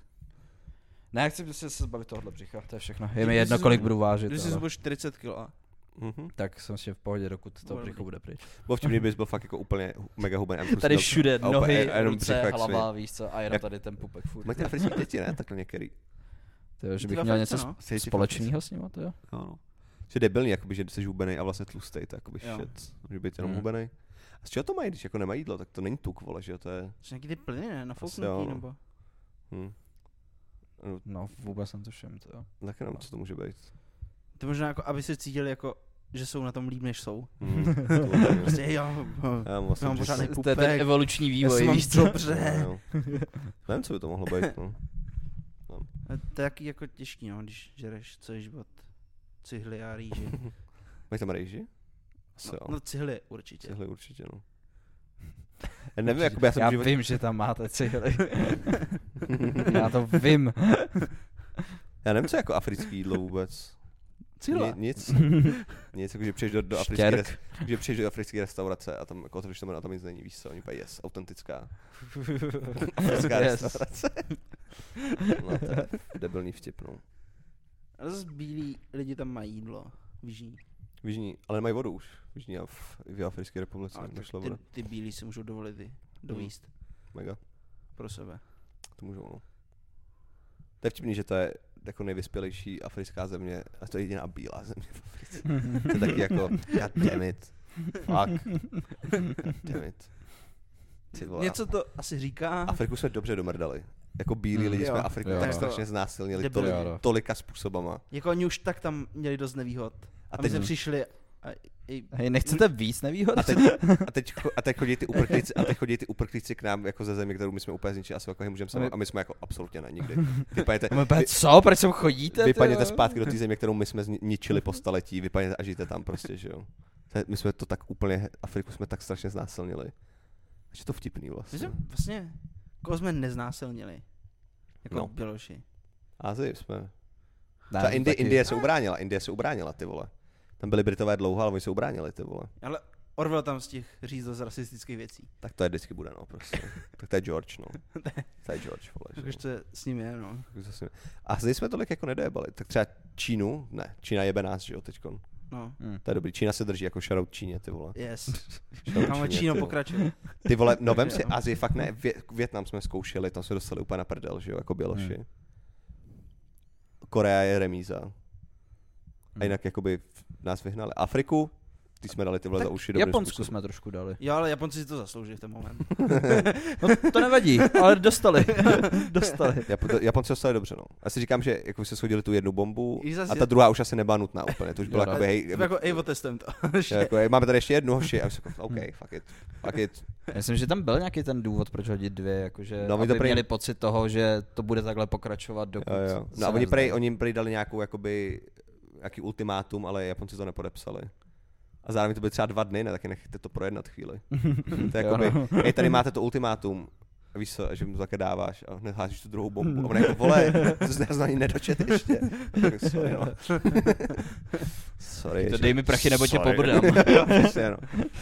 Speaker 2: Ne, chci prostě se zbavit tohohle břicha, to je všechno. Je mi
Speaker 4: Když
Speaker 2: jedno,
Speaker 4: jsi
Speaker 2: kolik
Speaker 4: zub-
Speaker 2: budu vážit.
Speaker 4: Když jsi
Speaker 2: ale-
Speaker 4: zbudeš 40 kg.
Speaker 3: Mhm.
Speaker 2: Tak jsem si v pohodě, dokud to
Speaker 4: Bude
Speaker 2: břicho
Speaker 4: dobrý.
Speaker 2: bude pryč.
Speaker 3: Bylo vtipný, bys byl fakt jako úplně hu- mega hubený. Já bych
Speaker 2: Tady
Speaker 3: prostě
Speaker 2: všude,
Speaker 3: dal- a úplně-
Speaker 2: nohy,
Speaker 3: a jenom břicho
Speaker 2: ruce,
Speaker 3: jak
Speaker 2: hlava,
Speaker 3: svin.
Speaker 2: víš co, a jenom
Speaker 3: Jak-
Speaker 2: tady ten pupek furt.
Speaker 3: Mají ty africké děti, ne? Takhle některý.
Speaker 2: Ty, že
Speaker 4: Ty
Speaker 2: bych měl
Speaker 4: dva fakt, no.
Speaker 2: něco
Speaker 4: ano.
Speaker 3: Jsi ti
Speaker 2: společného s ním, to jo?
Speaker 3: Jo, no. Že debilní, jakoby, že jsi hubený a vlastně tlustej, to jakoby
Speaker 4: Jo.
Speaker 3: shit. Může být jenom
Speaker 2: Mhm.
Speaker 3: hubený. A z čeho to mají, když jako nemají jídlo, tak to není tuk, vole, že jo, to je...
Speaker 4: Jsi nějaký ty plyny, ne?
Speaker 3: jo,
Speaker 4: Nafouknutý
Speaker 3: no.
Speaker 4: nebo?
Speaker 3: Hm.
Speaker 2: No, vůbec netuším, to jo.
Speaker 3: no Tak jenom, co to může být.
Speaker 4: To možná jako, aby se cítili jako, že jsou na tom líp, než jsou.
Speaker 3: Hm. To je-
Speaker 4: Prostě jo, jo.
Speaker 3: Já mám vlastně přesně-
Speaker 4: Mám pořádný
Speaker 2: To je ten
Speaker 4: Pupek.
Speaker 2: evoluční
Speaker 4: já se
Speaker 2: vývoj,
Speaker 4: mám
Speaker 2: víš co?
Speaker 4: dobře.
Speaker 3: No, Jo, jo. Nevím, co by to mohlo být. No.
Speaker 4: To je taky jako těžký, no, když žereš celý život cihly a rýži.
Speaker 3: Mají tam rejži? Asi
Speaker 4: No,
Speaker 3: jo.
Speaker 4: no cihly určitě.
Speaker 3: Cihly určitě, no. Já nevím, jakoby já jsem
Speaker 2: já
Speaker 3: v životě...
Speaker 2: vím, že tam máte cihly. já to vím.
Speaker 3: Já nevím, co je jako africký jídlo vůbec. Ni, nic. Nic, jako že přijdeš do, do africké
Speaker 2: Štěrk.
Speaker 3: res, že přijdeš do africké restaurace a tam jako otevřeš to menu a tam nic není, víš co, oni pají yes, autentická africká
Speaker 2: Yes.
Speaker 3: restaurace. No, to je debilní vtip, no.
Speaker 4: A zase bílí lidi tam mají jídlo v Jižní.
Speaker 3: V Jižní, ale nemají vodu už. V Jižní a v, v Africké republice
Speaker 4: Ale
Speaker 3: nešla
Speaker 4: ty,
Speaker 3: voda.
Speaker 4: ty bílí si můžou dovolit i dovíst hmm.
Speaker 3: Mega, Mm.
Speaker 4: pro sebe.
Speaker 3: to můžou, no. To je vtipný, že to je jako nejvyspělejší africká země a to je jediná bílá země v Africe. to je taky jako, god damn it. Fuck. God damn it. Ty vole,
Speaker 4: Něco to asi říká.
Speaker 3: Afriku jsme dobře domrdali. Jako bílí
Speaker 4: Mm.
Speaker 3: lidi
Speaker 4: Jo.
Speaker 3: jsme Afriku
Speaker 2: Jo,
Speaker 3: tak
Speaker 2: no.
Speaker 3: strašně znásilnili
Speaker 4: Debilní.
Speaker 3: tolik,
Speaker 2: Jo, no.
Speaker 3: tolika způsobama.
Speaker 4: Jako oni už tak tam měli dost nevýhod. A,
Speaker 3: A
Speaker 4: my
Speaker 3: teď,
Speaker 4: jsme přišli a, i,
Speaker 2: Hej, nechcete víc nevýhod?
Speaker 3: a teď, a teď, cho- a teď chodí ty uprchlíci, a teď chodí ty uprchlíci k nám jako ze země, kterou my jsme úplně zničili a jsou jako, hej, můžeme sami, a my jsme jako absolutně ne, nikdy. Vypadněte,
Speaker 2: A my úplně, co? Proč sem chodíte?
Speaker 3: vy,
Speaker 2: ty
Speaker 3: vypadněte
Speaker 2: jo?
Speaker 3: zpátky do té země, kterou my jsme zničili po staletí, vypadněte a žijte tam prostě, že jo. To je- My jsme to tak úplně, Afriku jsme tak strašně znásilnili. Že to vtipný
Speaker 4: my jsme
Speaker 3: vlastně.
Speaker 4: vlastně, koho jsme neznásilnili. Jako no.
Speaker 3: No.
Speaker 4: Běloši.
Speaker 3: Azii jsme.
Speaker 2: Ne,
Speaker 3: Ta
Speaker 2: to
Speaker 3: Indie,
Speaker 2: taky-
Speaker 3: Indie se ubránila, Indie se ubránila, ty vole. Tam byli Britové dlouho, ale oni se ubránili, ty vole.
Speaker 4: Ale Orwell tam z těch říct dost rasistických věcí.
Speaker 3: Tak to je vždycky bude, no, prostě. tak to je George, no. To je George, vole.
Speaker 4: Takže
Speaker 3: Že?
Speaker 4: to je s ním je, no.
Speaker 3: jo. Zase- A zde jsme tolik jako nedojebali. Tak třeba Čínu, ne, Čína jebe nás, že jo, teďkon.
Speaker 4: no.
Speaker 2: Hm.
Speaker 3: To je dobrý, Čína se drží jako shoutout Číně, ty vole.
Speaker 4: Yes.
Speaker 3: Shoutout
Speaker 4: Kámo,
Speaker 3: Číně,
Speaker 4: Číno
Speaker 3: ty vole.
Speaker 4: pokračuje.
Speaker 3: Ty vole, no vem si, Azii fakt ne, Vě- Větnam jsme zkoušeli, tam jsme dostali úplně na prdel, že jo, jako Běloši.
Speaker 2: Hmm.
Speaker 3: Korea je remíza.
Speaker 2: Hmm.
Speaker 3: A jinak jakoby nás vyhnali. Afriku, ty jsme dali ty vole za uši dobrým
Speaker 2: Japonsku
Speaker 3: způsobem.
Speaker 2: jsme trošku dali.
Speaker 4: Jo, ale Japonci si to zaslouží v ten moment.
Speaker 2: No, to nevadí, ale dostali. dostali.
Speaker 3: Jap- Japonci dostali dobře, no. Asi říkám, že jako se shodili tu jednu bombu
Speaker 4: I zase-
Speaker 3: a ta druhá už asi nebyla nutná úplně, to už byla
Speaker 2: Jo, no.
Speaker 3: jakoby, hej,
Speaker 4: Jsme jako, ej, otestujeme to.
Speaker 3: Jo, Jako, hej, máme tady ještě jednu hoši. A jsem jako,
Speaker 2: Hm.
Speaker 3: OK, fuck it. Fuck it.
Speaker 2: Já Myslím, že tam byl nějaký ten důvod, proč hodit dvě, jakože
Speaker 3: No,
Speaker 2: no,
Speaker 3: oni
Speaker 2: aby
Speaker 3: to
Speaker 2: to
Speaker 3: prej-
Speaker 2: měli pocit toho, že to bude takhle pokračovat, dokud
Speaker 3: Jo, jo.
Speaker 2: se
Speaker 3: No a oni,
Speaker 2: nevzdá.
Speaker 3: prej, oni jim prej dali nějakou, jakoby, nějaký ultimátum, ale Japonci to nepodepsali. A zároveň to byly třeba dva dny, ne, taky nechte to projednat chvíli. to je
Speaker 2: Jo,
Speaker 3: jakoby,
Speaker 2: no.
Speaker 3: hej, tady máte to ultimátum. A Víš co, že mu to také dáváš a hned házíš tu druhou bombu. A on jako, vole, to jsi nás ani nedočet ještě. Tak, sorry, no. sorry.
Speaker 2: To
Speaker 3: že-
Speaker 2: dej mi prachy, nebo tě
Speaker 3: sorry.
Speaker 2: pobrdám.
Speaker 3: Jo, přesně, no.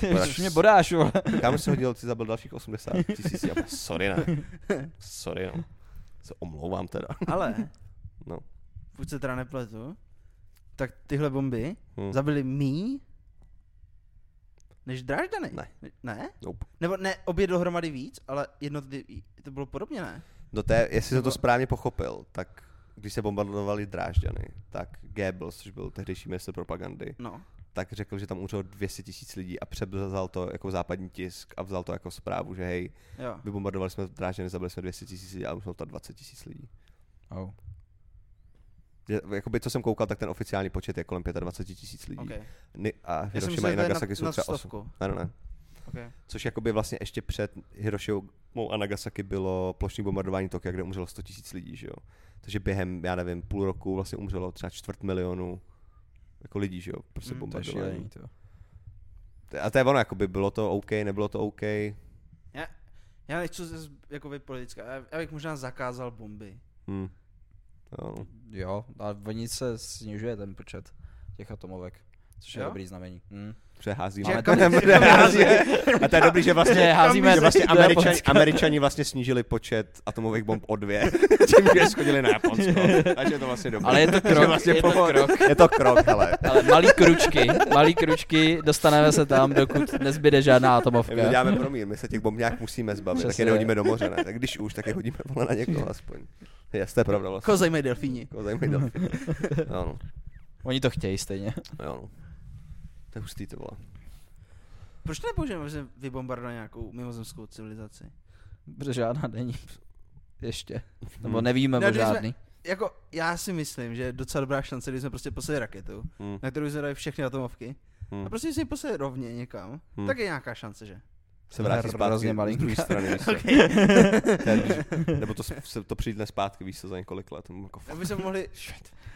Speaker 2: Ježiš, mě bodáš, vole.
Speaker 3: Kam jsem hodil, ty zabil dalších 80 tisíc. Já byl, sorry, ne. Sorry, no. Se omlouvám teda.
Speaker 4: Ale,
Speaker 3: No.
Speaker 4: pokud se teda nepletu, tak tyhle bomby
Speaker 3: Hm.
Speaker 4: zabili mí než Drážďany.
Speaker 3: Ne.
Speaker 4: Ne?
Speaker 3: Nope.
Speaker 4: Nebo ne, obě dohromady víc, ale jedno ty, to bylo podobně, ne?
Speaker 3: No to je, jestli jsem to správně pochopil, tak když se bombardovali Drážďany, tak Goebbels, což byl tehdejší minister propagandy,
Speaker 4: No.
Speaker 3: tak řekl, že tam umřelo 200 tisíc lidí a převzal to jako západní tisk a vzal to jako zprávu, že hej,
Speaker 4: Jo.
Speaker 3: vybombardovali jsme Drážďany, zabili jsme 200 tisíc lidí a umřelo tam 20 tisíc lidí.
Speaker 2: Oh.
Speaker 3: Je- Jakoby, co jsem koukal, tak ten oficiální počet je kolem 25 tisíc lidí.
Speaker 4: Okay.
Speaker 3: Ni- a
Speaker 4: Já jsem
Speaker 3: Hiroshima
Speaker 4: myslel,
Speaker 3: i
Speaker 4: že to je
Speaker 3: Nagasaki
Speaker 4: na,
Speaker 3: jsou
Speaker 4: na
Speaker 3: třeba 8.
Speaker 4: stovku.
Speaker 3: Ne, ne, ne.
Speaker 4: Okay.
Speaker 3: Což jakoby vlastně ještě před Hiroshimou a Nagasaki bylo plošní bombardování Tokia, kde umřelo 100 tisíc lidí, že jo. Takže během, já nevím, půl roku vlastně umřelo třeba čtvrt milionu jako lidí, že jo, prostě
Speaker 4: Mm,
Speaker 3: mm,
Speaker 4: to je
Speaker 2: To je
Speaker 3: bombardování.
Speaker 2: šílený, to.
Speaker 3: A to je ono, jakoby bylo to OK, nebylo to OK.
Speaker 4: Já, já nechci zase jako být politická, já, já bych možná zakázal bomby.
Speaker 3: Hm. Jo, no.
Speaker 2: Jo, a oni se snižuje ten počet těch atomovek. Což je
Speaker 4: Jo?
Speaker 2: dobrý znamení. Hm.
Speaker 3: Přeházíme.
Speaker 2: Že
Speaker 3: Ale
Speaker 2: kam-
Speaker 3: to nebude
Speaker 2: kam-
Speaker 3: házet. A to je dobrý, že vlastně,
Speaker 2: Že házíme
Speaker 3: že vlastně
Speaker 2: do
Speaker 3: Američani,
Speaker 2: Japonska.
Speaker 3: Američani vlastně snížili počet atomových bomb o dvě, tím, že je schodili na Japonsko. Takže je to vlastně dobrý.
Speaker 2: Ale je to
Speaker 3: Že
Speaker 2: krok, je to
Speaker 3: pomo-
Speaker 2: krok.
Speaker 3: Je to krok, hele.
Speaker 2: Ale malý kručky, malý kručky, dostaneme se tam, dokud nezbyde žádná atomovka.
Speaker 3: My to děláme promír, my se těch bomb nějak musíme zbavit, tak
Speaker 2: Přesně.
Speaker 3: je nehodíme do moře, ne? Tak když už, tak je hodíme vole na někoho aspoň. Jasně, pravda vlastně.
Speaker 4: Koho zajímají delfíni?
Speaker 3: Koho zajímají delfíny. Jo no,
Speaker 2: Oni to chtějí stejně.
Speaker 3: jo no. To je hustý to vole.
Speaker 4: Proč to nepoužijeme, že vybombardovat nějakou mimozemskou civilizaci?
Speaker 2: Protože žádná není. Ještě. Nebo
Speaker 3: Hmm.
Speaker 2: nevíme
Speaker 4: No,
Speaker 2: o
Speaker 4: když jsme-
Speaker 2: žádný.
Speaker 4: Jako, já si myslím, že je docela dobrá šance, když jsme prostě poslali raketu,
Speaker 3: Hmm.
Speaker 4: na kterou jsme dali všechny atomovky,
Speaker 3: Hmm.
Speaker 4: a prostě když jsme ji poslali rovně někam,
Speaker 3: Hmm.
Speaker 4: tak je nějaká šance, že?
Speaker 3: Se vrátí
Speaker 2: Hrozně
Speaker 3: zpátky z druhé
Speaker 2: malinká.
Speaker 3: strany, víš co. To je, když- Nebo to, s- se to přijde zpátky, víš co, za několik let. Jako, fuck,
Speaker 4: Aby jsme mohli,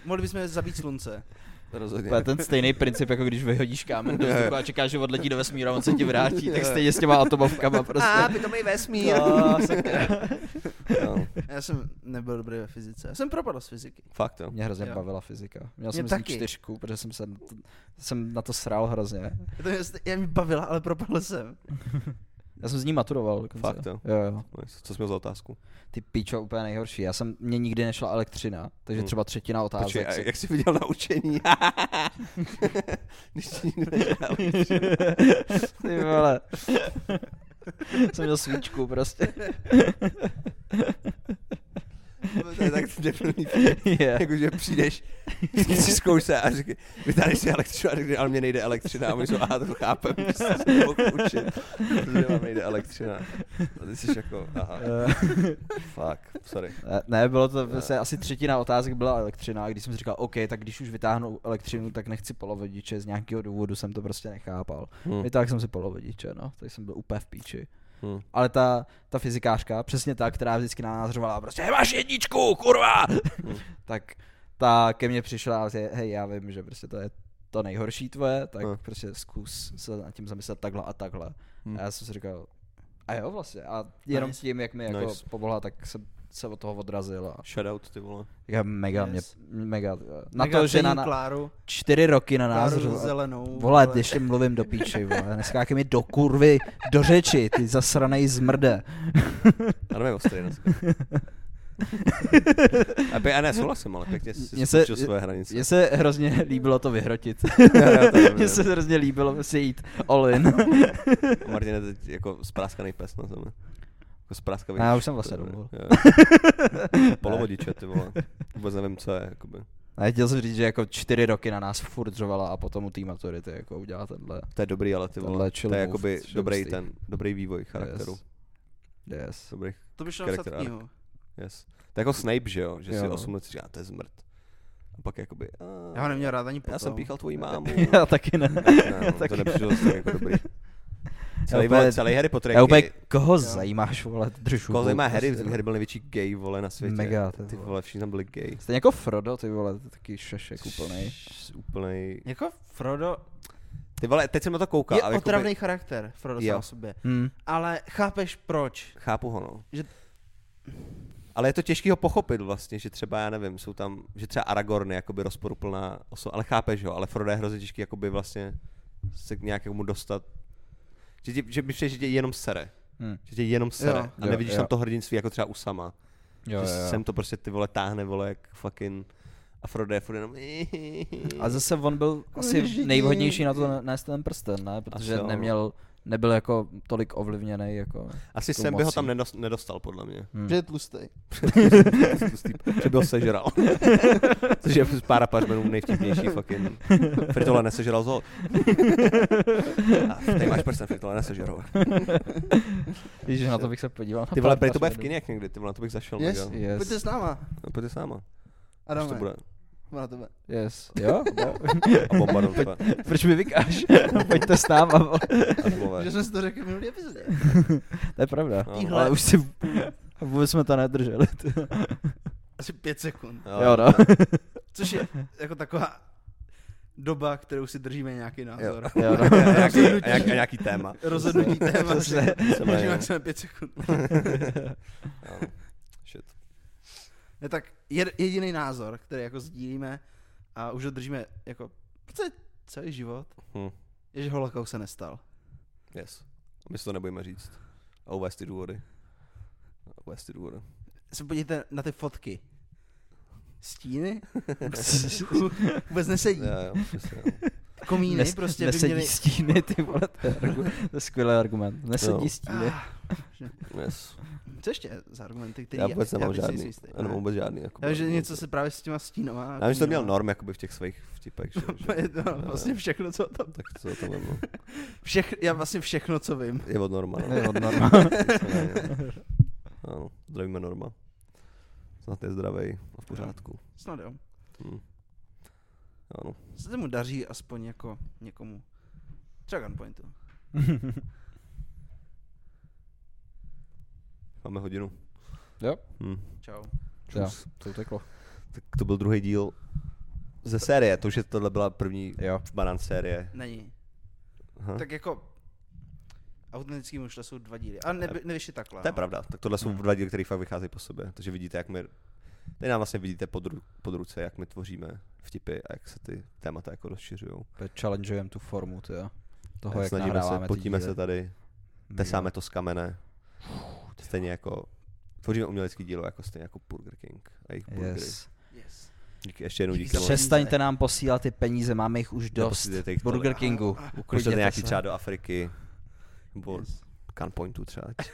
Speaker 4: mohli bychom zabít slunce.
Speaker 3: rozhodně.
Speaker 2: To je ten stejný princip, jako když vyhodíš kámen do vzduchu a čekáš, že odletí do vesmíru a on se ti vrátí, tak stejně s těma atomovkama prostě.
Speaker 4: by to byl vesmír.
Speaker 2: No, sakra.
Speaker 3: Jo,
Speaker 4: No. Já jsem nebyl dobrý ve fyzice. Já jsem propadl z fyziky.
Speaker 3: Fakt jo.
Speaker 2: Mě hrozně
Speaker 4: Jo.
Speaker 2: bavila fyzika. Měl
Speaker 4: Mě
Speaker 2: jsem z ní
Speaker 4: taky.
Speaker 2: čtyřku, protože jsem, se, na to- jsem na to srál hrozně.
Speaker 4: Já, to, já mě bavila, ale propadl jsem.
Speaker 2: Já jsem z ní maturoval dokonce.
Speaker 3: Fakt, jo?
Speaker 2: jo, jo.
Speaker 3: Nice. No, Co jsi měl za otázku?
Speaker 2: Ty pičo, úplně nejhorší. Já jsem, mě nikdy nešla elektřina, takže
Speaker 3: Hmm.
Speaker 2: třeba třetina otázek.
Speaker 3: Počkej, a
Speaker 2: se-
Speaker 3: jak jsi viděl na učení? Když ti nikdo nedá učení.
Speaker 2: Ty vole. jsem měl svíčku prostě.
Speaker 3: No, To je tak debilní.
Speaker 2: Je.
Speaker 3: Jakože přijdeš, vždycky si zkoušce a říkají, vytáhneš si elektřinu a řekne, ale mě nejde elektřina. A my jsou, aha, to chápem, že jsi se nemohl učit, protože vám nejde elektřina. A ty jsi jako, aha, fuck, sorry.
Speaker 2: Ne, Ne, bylo to se asi třetina otázek byla elektřina, a když jsem si říkal, OK, tak když už vytáhnu elektřinu, tak nechci polovodiče, z nějakého důvodu jsem to prostě nechápal.
Speaker 3: Hm,
Speaker 2: I tak jsem si polovodiče, no, tak jsem byl úplně v píči.
Speaker 3: hm.
Speaker 2: Ale ta, ta fyzikářka, přesně ta, která vždycky na nás řvala, prostě, máš jedničku, kurva!
Speaker 3: Hmm.
Speaker 2: tak ta ke mně přišla a říká, hej, já vím, že prostě to je to nejhorší tvoje, tak
Speaker 3: Hmm.
Speaker 2: prostě zkus se nad tím zamyslet takhle a takhle.
Speaker 3: Hmm.
Speaker 2: A já jsem si říkal, a jo vlastně, a jenom
Speaker 1: Nice.
Speaker 2: tím, jak mi jako
Speaker 3: Nice.
Speaker 2: pomohla, tak jsem se od toho odrazil a
Speaker 3: Shoutout, ty vole.
Speaker 2: já mega
Speaker 1: Yes.
Speaker 2: mě, mega, na to, že na, na
Speaker 4: Kláru,
Speaker 2: čtyry roky na nás
Speaker 4: Kláru
Speaker 2: řvala.
Speaker 4: zelenou.
Speaker 2: Vole,
Speaker 4: vole.
Speaker 2: ještě mluvím do píči, vole, neskákej mi do kurvy, do řeči, ty zasranej zmrde.
Speaker 3: Ano, je ostrý dneska. A, pe- a ne, souhlasím, ale pěkně
Speaker 2: Mně
Speaker 3: jsi
Speaker 2: se-
Speaker 3: se, svoje hranice.
Speaker 2: Mně se hrozně líbilo to vyhrotit.
Speaker 3: jo, to je
Speaker 2: Mně se hrozně líbilo si jít all in.
Speaker 3: A Martin je teď jako spráskaný pes na zemi. Jako spráskavý.
Speaker 2: A já
Speaker 3: pes,
Speaker 2: už jsem vlastně
Speaker 3: to je-
Speaker 2: domů.
Speaker 3: jo. Polovodiče, ty vole. Vůbec nevím, co je, jakoby.
Speaker 2: A chtěl jsem říct, že jako čtyři roky na nás furt řovala a potom u té maturity jako udělala tenhle.
Speaker 3: To je dobrý, ale ty
Speaker 2: Tenhle
Speaker 3: vole.
Speaker 2: chill
Speaker 3: To je
Speaker 2: move,
Speaker 3: jakoby
Speaker 2: chill
Speaker 3: dobrý
Speaker 2: mistake.
Speaker 3: ten, dobrý vývoj charakteru.
Speaker 2: Yes. Yes.
Speaker 3: Dobrý,
Speaker 4: To by šlo napsat
Speaker 3: Character arc.
Speaker 4: knihu.
Speaker 3: yes. To je jako Snape, že jo? Že si
Speaker 2: Jo. no.
Speaker 3: 8 let říká, to je zmrt. A pak jakoby, a,
Speaker 4: Já ho neměl rád ani potom.
Speaker 3: já jsem píchal tvoji mámu.
Speaker 2: Já taky ne.
Speaker 3: ne,
Speaker 2: Já
Speaker 3: no, to
Speaker 2: taky
Speaker 3: nepřišlo zase tak jako dobrý. Celý,
Speaker 2: úplně-
Speaker 3: vole, celý Harry Potter je
Speaker 2: Já úplně,
Speaker 3: gay.
Speaker 2: koho zajímáš, vole, držu. prostě.
Speaker 3: Koho zajímá Harry? Harry byl největší gay, vole, na světě.
Speaker 2: Mega, ty
Speaker 3: Ty
Speaker 2: vole.
Speaker 3: vole, všichni tam byli gay.
Speaker 2: Stejně jako Frodo, ty vole, to je taky šešek úplnej.
Speaker 3: Š- Úplnej.
Speaker 4: Jako Frodo
Speaker 3: Ty vole, teď jsem na to koukal.
Speaker 4: je
Speaker 3: a jakoby-
Speaker 4: otravný charakter, Frodo
Speaker 3: Jo.
Speaker 4: sám o sobě.
Speaker 2: Hm.
Speaker 4: Ale chápeš proč?
Speaker 3: Chápu ho, no.
Speaker 4: Že-
Speaker 3: Ale je to těžký ho pochopit vlastně, že třeba, já nevím, jsou tam, že třeba Aragorn je jakoby rozporuplná osoba, ale chápeš ho, ale Frodo je hrozně těžký jakoby vlastně se k nějakému dostat. Že, tě, že mi přijde, že tě jenom sere.
Speaker 2: Hm.
Speaker 3: Že tě jenom sere.
Speaker 4: Jo.
Speaker 3: a
Speaker 2: Jo,
Speaker 3: nevidíš
Speaker 2: jo.
Speaker 3: tam to hrdinství jako třeba Usama.
Speaker 2: Jo,
Speaker 3: že
Speaker 2: jo, jo.
Speaker 3: sem to prostě ty vole táhne, vole, jak fucking... A Frodo je furt jenom...
Speaker 2: A zase on byl asi nejvhodnější na to nést ten prsten, ne?
Speaker 3: Asi
Speaker 2: Protože
Speaker 3: jo, no.
Speaker 2: neměl, nebyl jako tolik ovlivněný jako...
Speaker 3: Asi
Speaker 2: tou
Speaker 3: sem by ho tam
Speaker 2: mocí.
Speaker 3: nedos- nedostal, podle mě.
Speaker 2: Hm.
Speaker 1: Že je tlustej.
Speaker 3: Tlustý, že byl sežral. Což je z pára pařmenů nejvtipnější
Speaker 2: No,
Speaker 3: fucking. Fritola nesežral zol. A tady máš prsten, Fritola nesežral.
Speaker 2: Víš, na to bych se podíval.
Speaker 3: Ty vole, prej to bude v kině jak někdy, ty vole, na to bych zašel.
Speaker 1: Yes.
Speaker 3: mega.
Speaker 2: Yes.
Speaker 4: Pojďte s náma,
Speaker 3: No, Pojď s náma. Když to
Speaker 1: Adame,
Speaker 3: bude.
Speaker 1: jdu na tebe.
Speaker 2: Yes. Jo? jo.
Speaker 3: A bombardon tebe.
Speaker 2: Proč mi vykáš? Pojďte s náma. vole.
Speaker 3: Atomové.
Speaker 1: Že jsme si to řekli v minulý epizodě.
Speaker 2: To je pravda.
Speaker 3: No.
Speaker 2: Ale už si vůbec jsme to nedrželi. ty.
Speaker 4: asi pět sekund.
Speaker 2: Jo, no.
Speaker 4: Což je jako taková doba, kterou si držíme nějaký názor.
Speaker 2: Jo, no.
Speaker 3: A nějaký, a nějaký, a nějaký téma.
Speaker 4: Rozhodnutí téma.
Speaker 2: Přesně.
Speaker 3: Přesně.
Speaker 4: Držíme se na pět sekund.
Speaker 3: Jo, no. Shit.
Speaker 4: Ne, tak jed, jediný názor, který jako sdílíme a už ho držíme jako protože celý život,
Speaker 3: Hm.
Speaker 4: je, že holokaust se nestal.
Speaker 3: Yes. My si to nebudeme říct. A uvést ty důvody. A uvést ty důvody.
Speaker 4: Se podívejte na ty fotky. Stíny? Vůbec nesedí.
Speaker 3: Jo, jo, přesně, jo.
Speaker 4: Komíny
Speaker 2: Nes,
Speaker 4: prostě by
Speaker 2: nesedí
Speaker 4: měly...
Speaker 2: stíny, ty vole, to je, argument, to je skvělý argument. Nesedí
Speaker 3: Jo.
Speaker 2: stíny.
Speaker 3: Yes.
Speaker 4: Ah, Co ještě je za argumenty, který
Speaker 3: Já vůbec nemám
Speaker 4: teď
Speaker 3: žádný.
Speaker 4: nejsem jistý.
Speaker 3: Já nemám vůbec žádný. Jako
Speaker 4: Takže něco se právě s těma stínama...
Speaker 3: Já myslím, že to měl
Speaker 4: komínama-
Speaker 3: Norm jakoby v těch svých vtipech. Že, že?
Speaker 4: Je to vlastně všechno, co to...
Speaker 3: tak co to bylo?
Speaker 4: Všech, já vlastně všechno, co vím.
Speaker 3: Je od Norma. No.
Speaker 2: Je od Norma.
Speaker 3: Nicméně, no. Ano, zdravíme Norma. Snad je zdravej a v pořádku.
Speaker 4: Snad jo.
Speaker 3: Hm. Ano.
Speaker 4: Se tomu daří aspoň jako někomu. Třeba Gunpointu.
Speaker 3: Máme hodinu.
Speaker 2: Jo.
Speaker 3: Hm.
Speaker 4: Čau.
Speaker 2: Jo,
Speaker 3: Čus.
Speaker 2: to uteklo.
Speaker 3: Tak to byl druhý díl ze série. To už je tohle byla první
Speaker 2: Jo.
Speaker 3: banán série.
Speaker 4: Není.
Speaker 3: Aha.
Speaker 4: Tak jako autentický mušle jsou dva díly. A neby, nevyšli takhle.
Speaker 3: To je
Speaker 4: no.
Speaker 3: pravda, tak tohle jsou
Speaker 2: Hmm.
Speaker 3: dva díly, které fakt vycházejí po sobě, takže vidíte, jak my, tady nám vlastně vidíte pod, ru, pod ruce, jak my tvoříme vtipy a jak se ty témata jako rozšiřují.
Speaker 2: Challengeujeme tu formu, ty jo. Toho, jak
Speaker 3: Snažíme se,
Speaker 2: nahráváme ty
Speaker 3: potíme
Speaker 2: díly.
Speaker 3: se tady,
Speaker 2: Mm.
Speaker 3: tesáme to z kamene. Stejně jako tvoříme umělecký dílo, jako stejně jako Burger King a jejich burgery.
Speaker 2: Yes.
Speaker 1: Yes.
Speaker 3: Díky, ještě jednou díky.
Speaker 1: Díky za
Speaker 3: moc.
Speaker 1: přes-
Speaker 2: Přestaňte nám posílat ty peníze, máme jich už dost.
Speaker 3: Neposílejte jich tolik.
Speaker 2: Burger Kingu.
Speaker 3: Pošlete
Speaker 2: uklidněte
Speaker 3: nějaký
Speaker 2: se.
Speaker 3: třeba do Afriky. Nebo yes. Gunpointu třeba. Ať,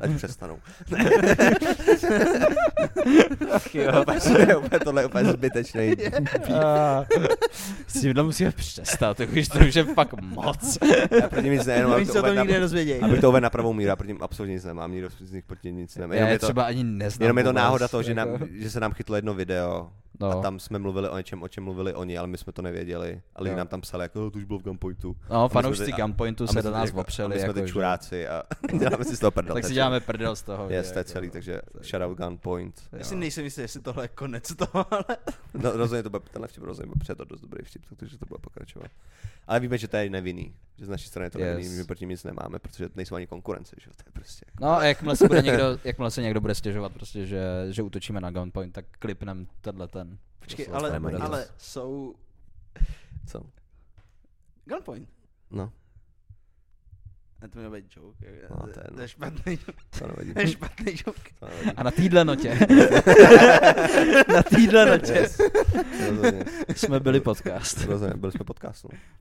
Speaker 3: ať přestanou.
Speaker 2: Ach jo.
Speaker 3: úplně, úplně, tohle je úplně zbytečný.
Speaker 2: A- S tímhle musíme přestat, jakože to už je fakt moc.
Speaker 3: Já proti nic nejenom, abych
Speaker 4: Oni
Speaker 3: to,
Speaker 4: se o tom nikdy
Speaker 3: uvedl na,
Speaker 4: nedozvědějí.
Speaker 3: abych to uvedl na pravou míru, já proti ním absolutně nic nemám, nikdo z nich proti nic nemá.
Speaker 2: Já
Speaker 3: Jenom
Speaker 2: je
Speaker 3: je to,
Speaker 2: třeba ani neznám.
Speaker 3: jenom je to
Speaker 2: vůbec,
Speaker 3: náhoda toho, že,
Speaker 2: jako.
Speaker 3: nám, že se nám chytlo jedno video
Speaker 2: No.
Speaker 3: a tam jsme mluvili o něčem, o čem mluvili oni, ale my jsme to nevěděli. A lidi
Speaker 2: Jo.
Speaker 3: nám tam psali, jako "Jo, to už bylo v Gunpointu.
Speaker 2: No,
Speaker 3: jsme
Speaker 2: fanoušci
Speaker 3: teď- a- A
Speaker 2: Gunpointu
Speaker 3: my
Speaker 2: se do
Speaker 3: jsme
Speaker 2: nás
Speaker 3: teď- a
Speaker 2: opřeli.
Speaker 3: My jsme
Speaker 2: jako,
Speaker 3: ty
Speaker 2: že-
Speaker 3: čuráci a děláme si z toho prdel.
Speaker 2: Tak si
Speaker 3: takže-
Speaker 2: děláme prdel z toho.
Speaker 3: Yes,
Speaker 2: že
Speaker 3: to je
Speaker 2: jako-
Speaker 3: celý, takže
Speaker 2: to je-
Speaker 3: shoutout Gunpoint.
Speaker 2: jo.
Speaker 4: Já si nejsem jistý, jestli tohle je konec toho, ale...
Speaker 3: No rozhodně to bude, tenhle vtip rozhodně byl před dost dobrý vtip, takže to bude pokračovat. Ale víme, že to je nevinný, že z naší strany je to
Speaker 2: Yes.
Speaker 3: nevinný, my proti nic nemáme, protože nejsou ani konkurence, že jo, to je prostě.
Speaker 2: No a jakmile se, bude někdo, jakmile se někdo bude stěžovat, prostě, že, že útočíme na Gunpoint, tak klipnem tenhle ten.
Speaker 4: Počkej,
Speaker 2: To se
Speaker 4: ale,
Speaker 2: nebude
Speaker 3: nemají
Speaker 4: ale
Speaker 2: nic.
Speaker 4: jsou...
Speaker 3: Co?
Speaker 4: Gunpoint.
Speaker 3: No,
Speaker 4: Ne, to měl být joke. je-
Speaker 3: No, to je-
Speaker 4: to je špatný,
Speaker 3: to nevadí.
Speaker 4: to je špatný joke.
Speaker 3: To nevadí.
Speaker 2: A na týdle notě. na týdle notě
Speaker 3: Yes. Rozhodně,
Speaker 2: jsme byli podcast.
Speaker 3: rozhodně, byli jsme no. podcastu.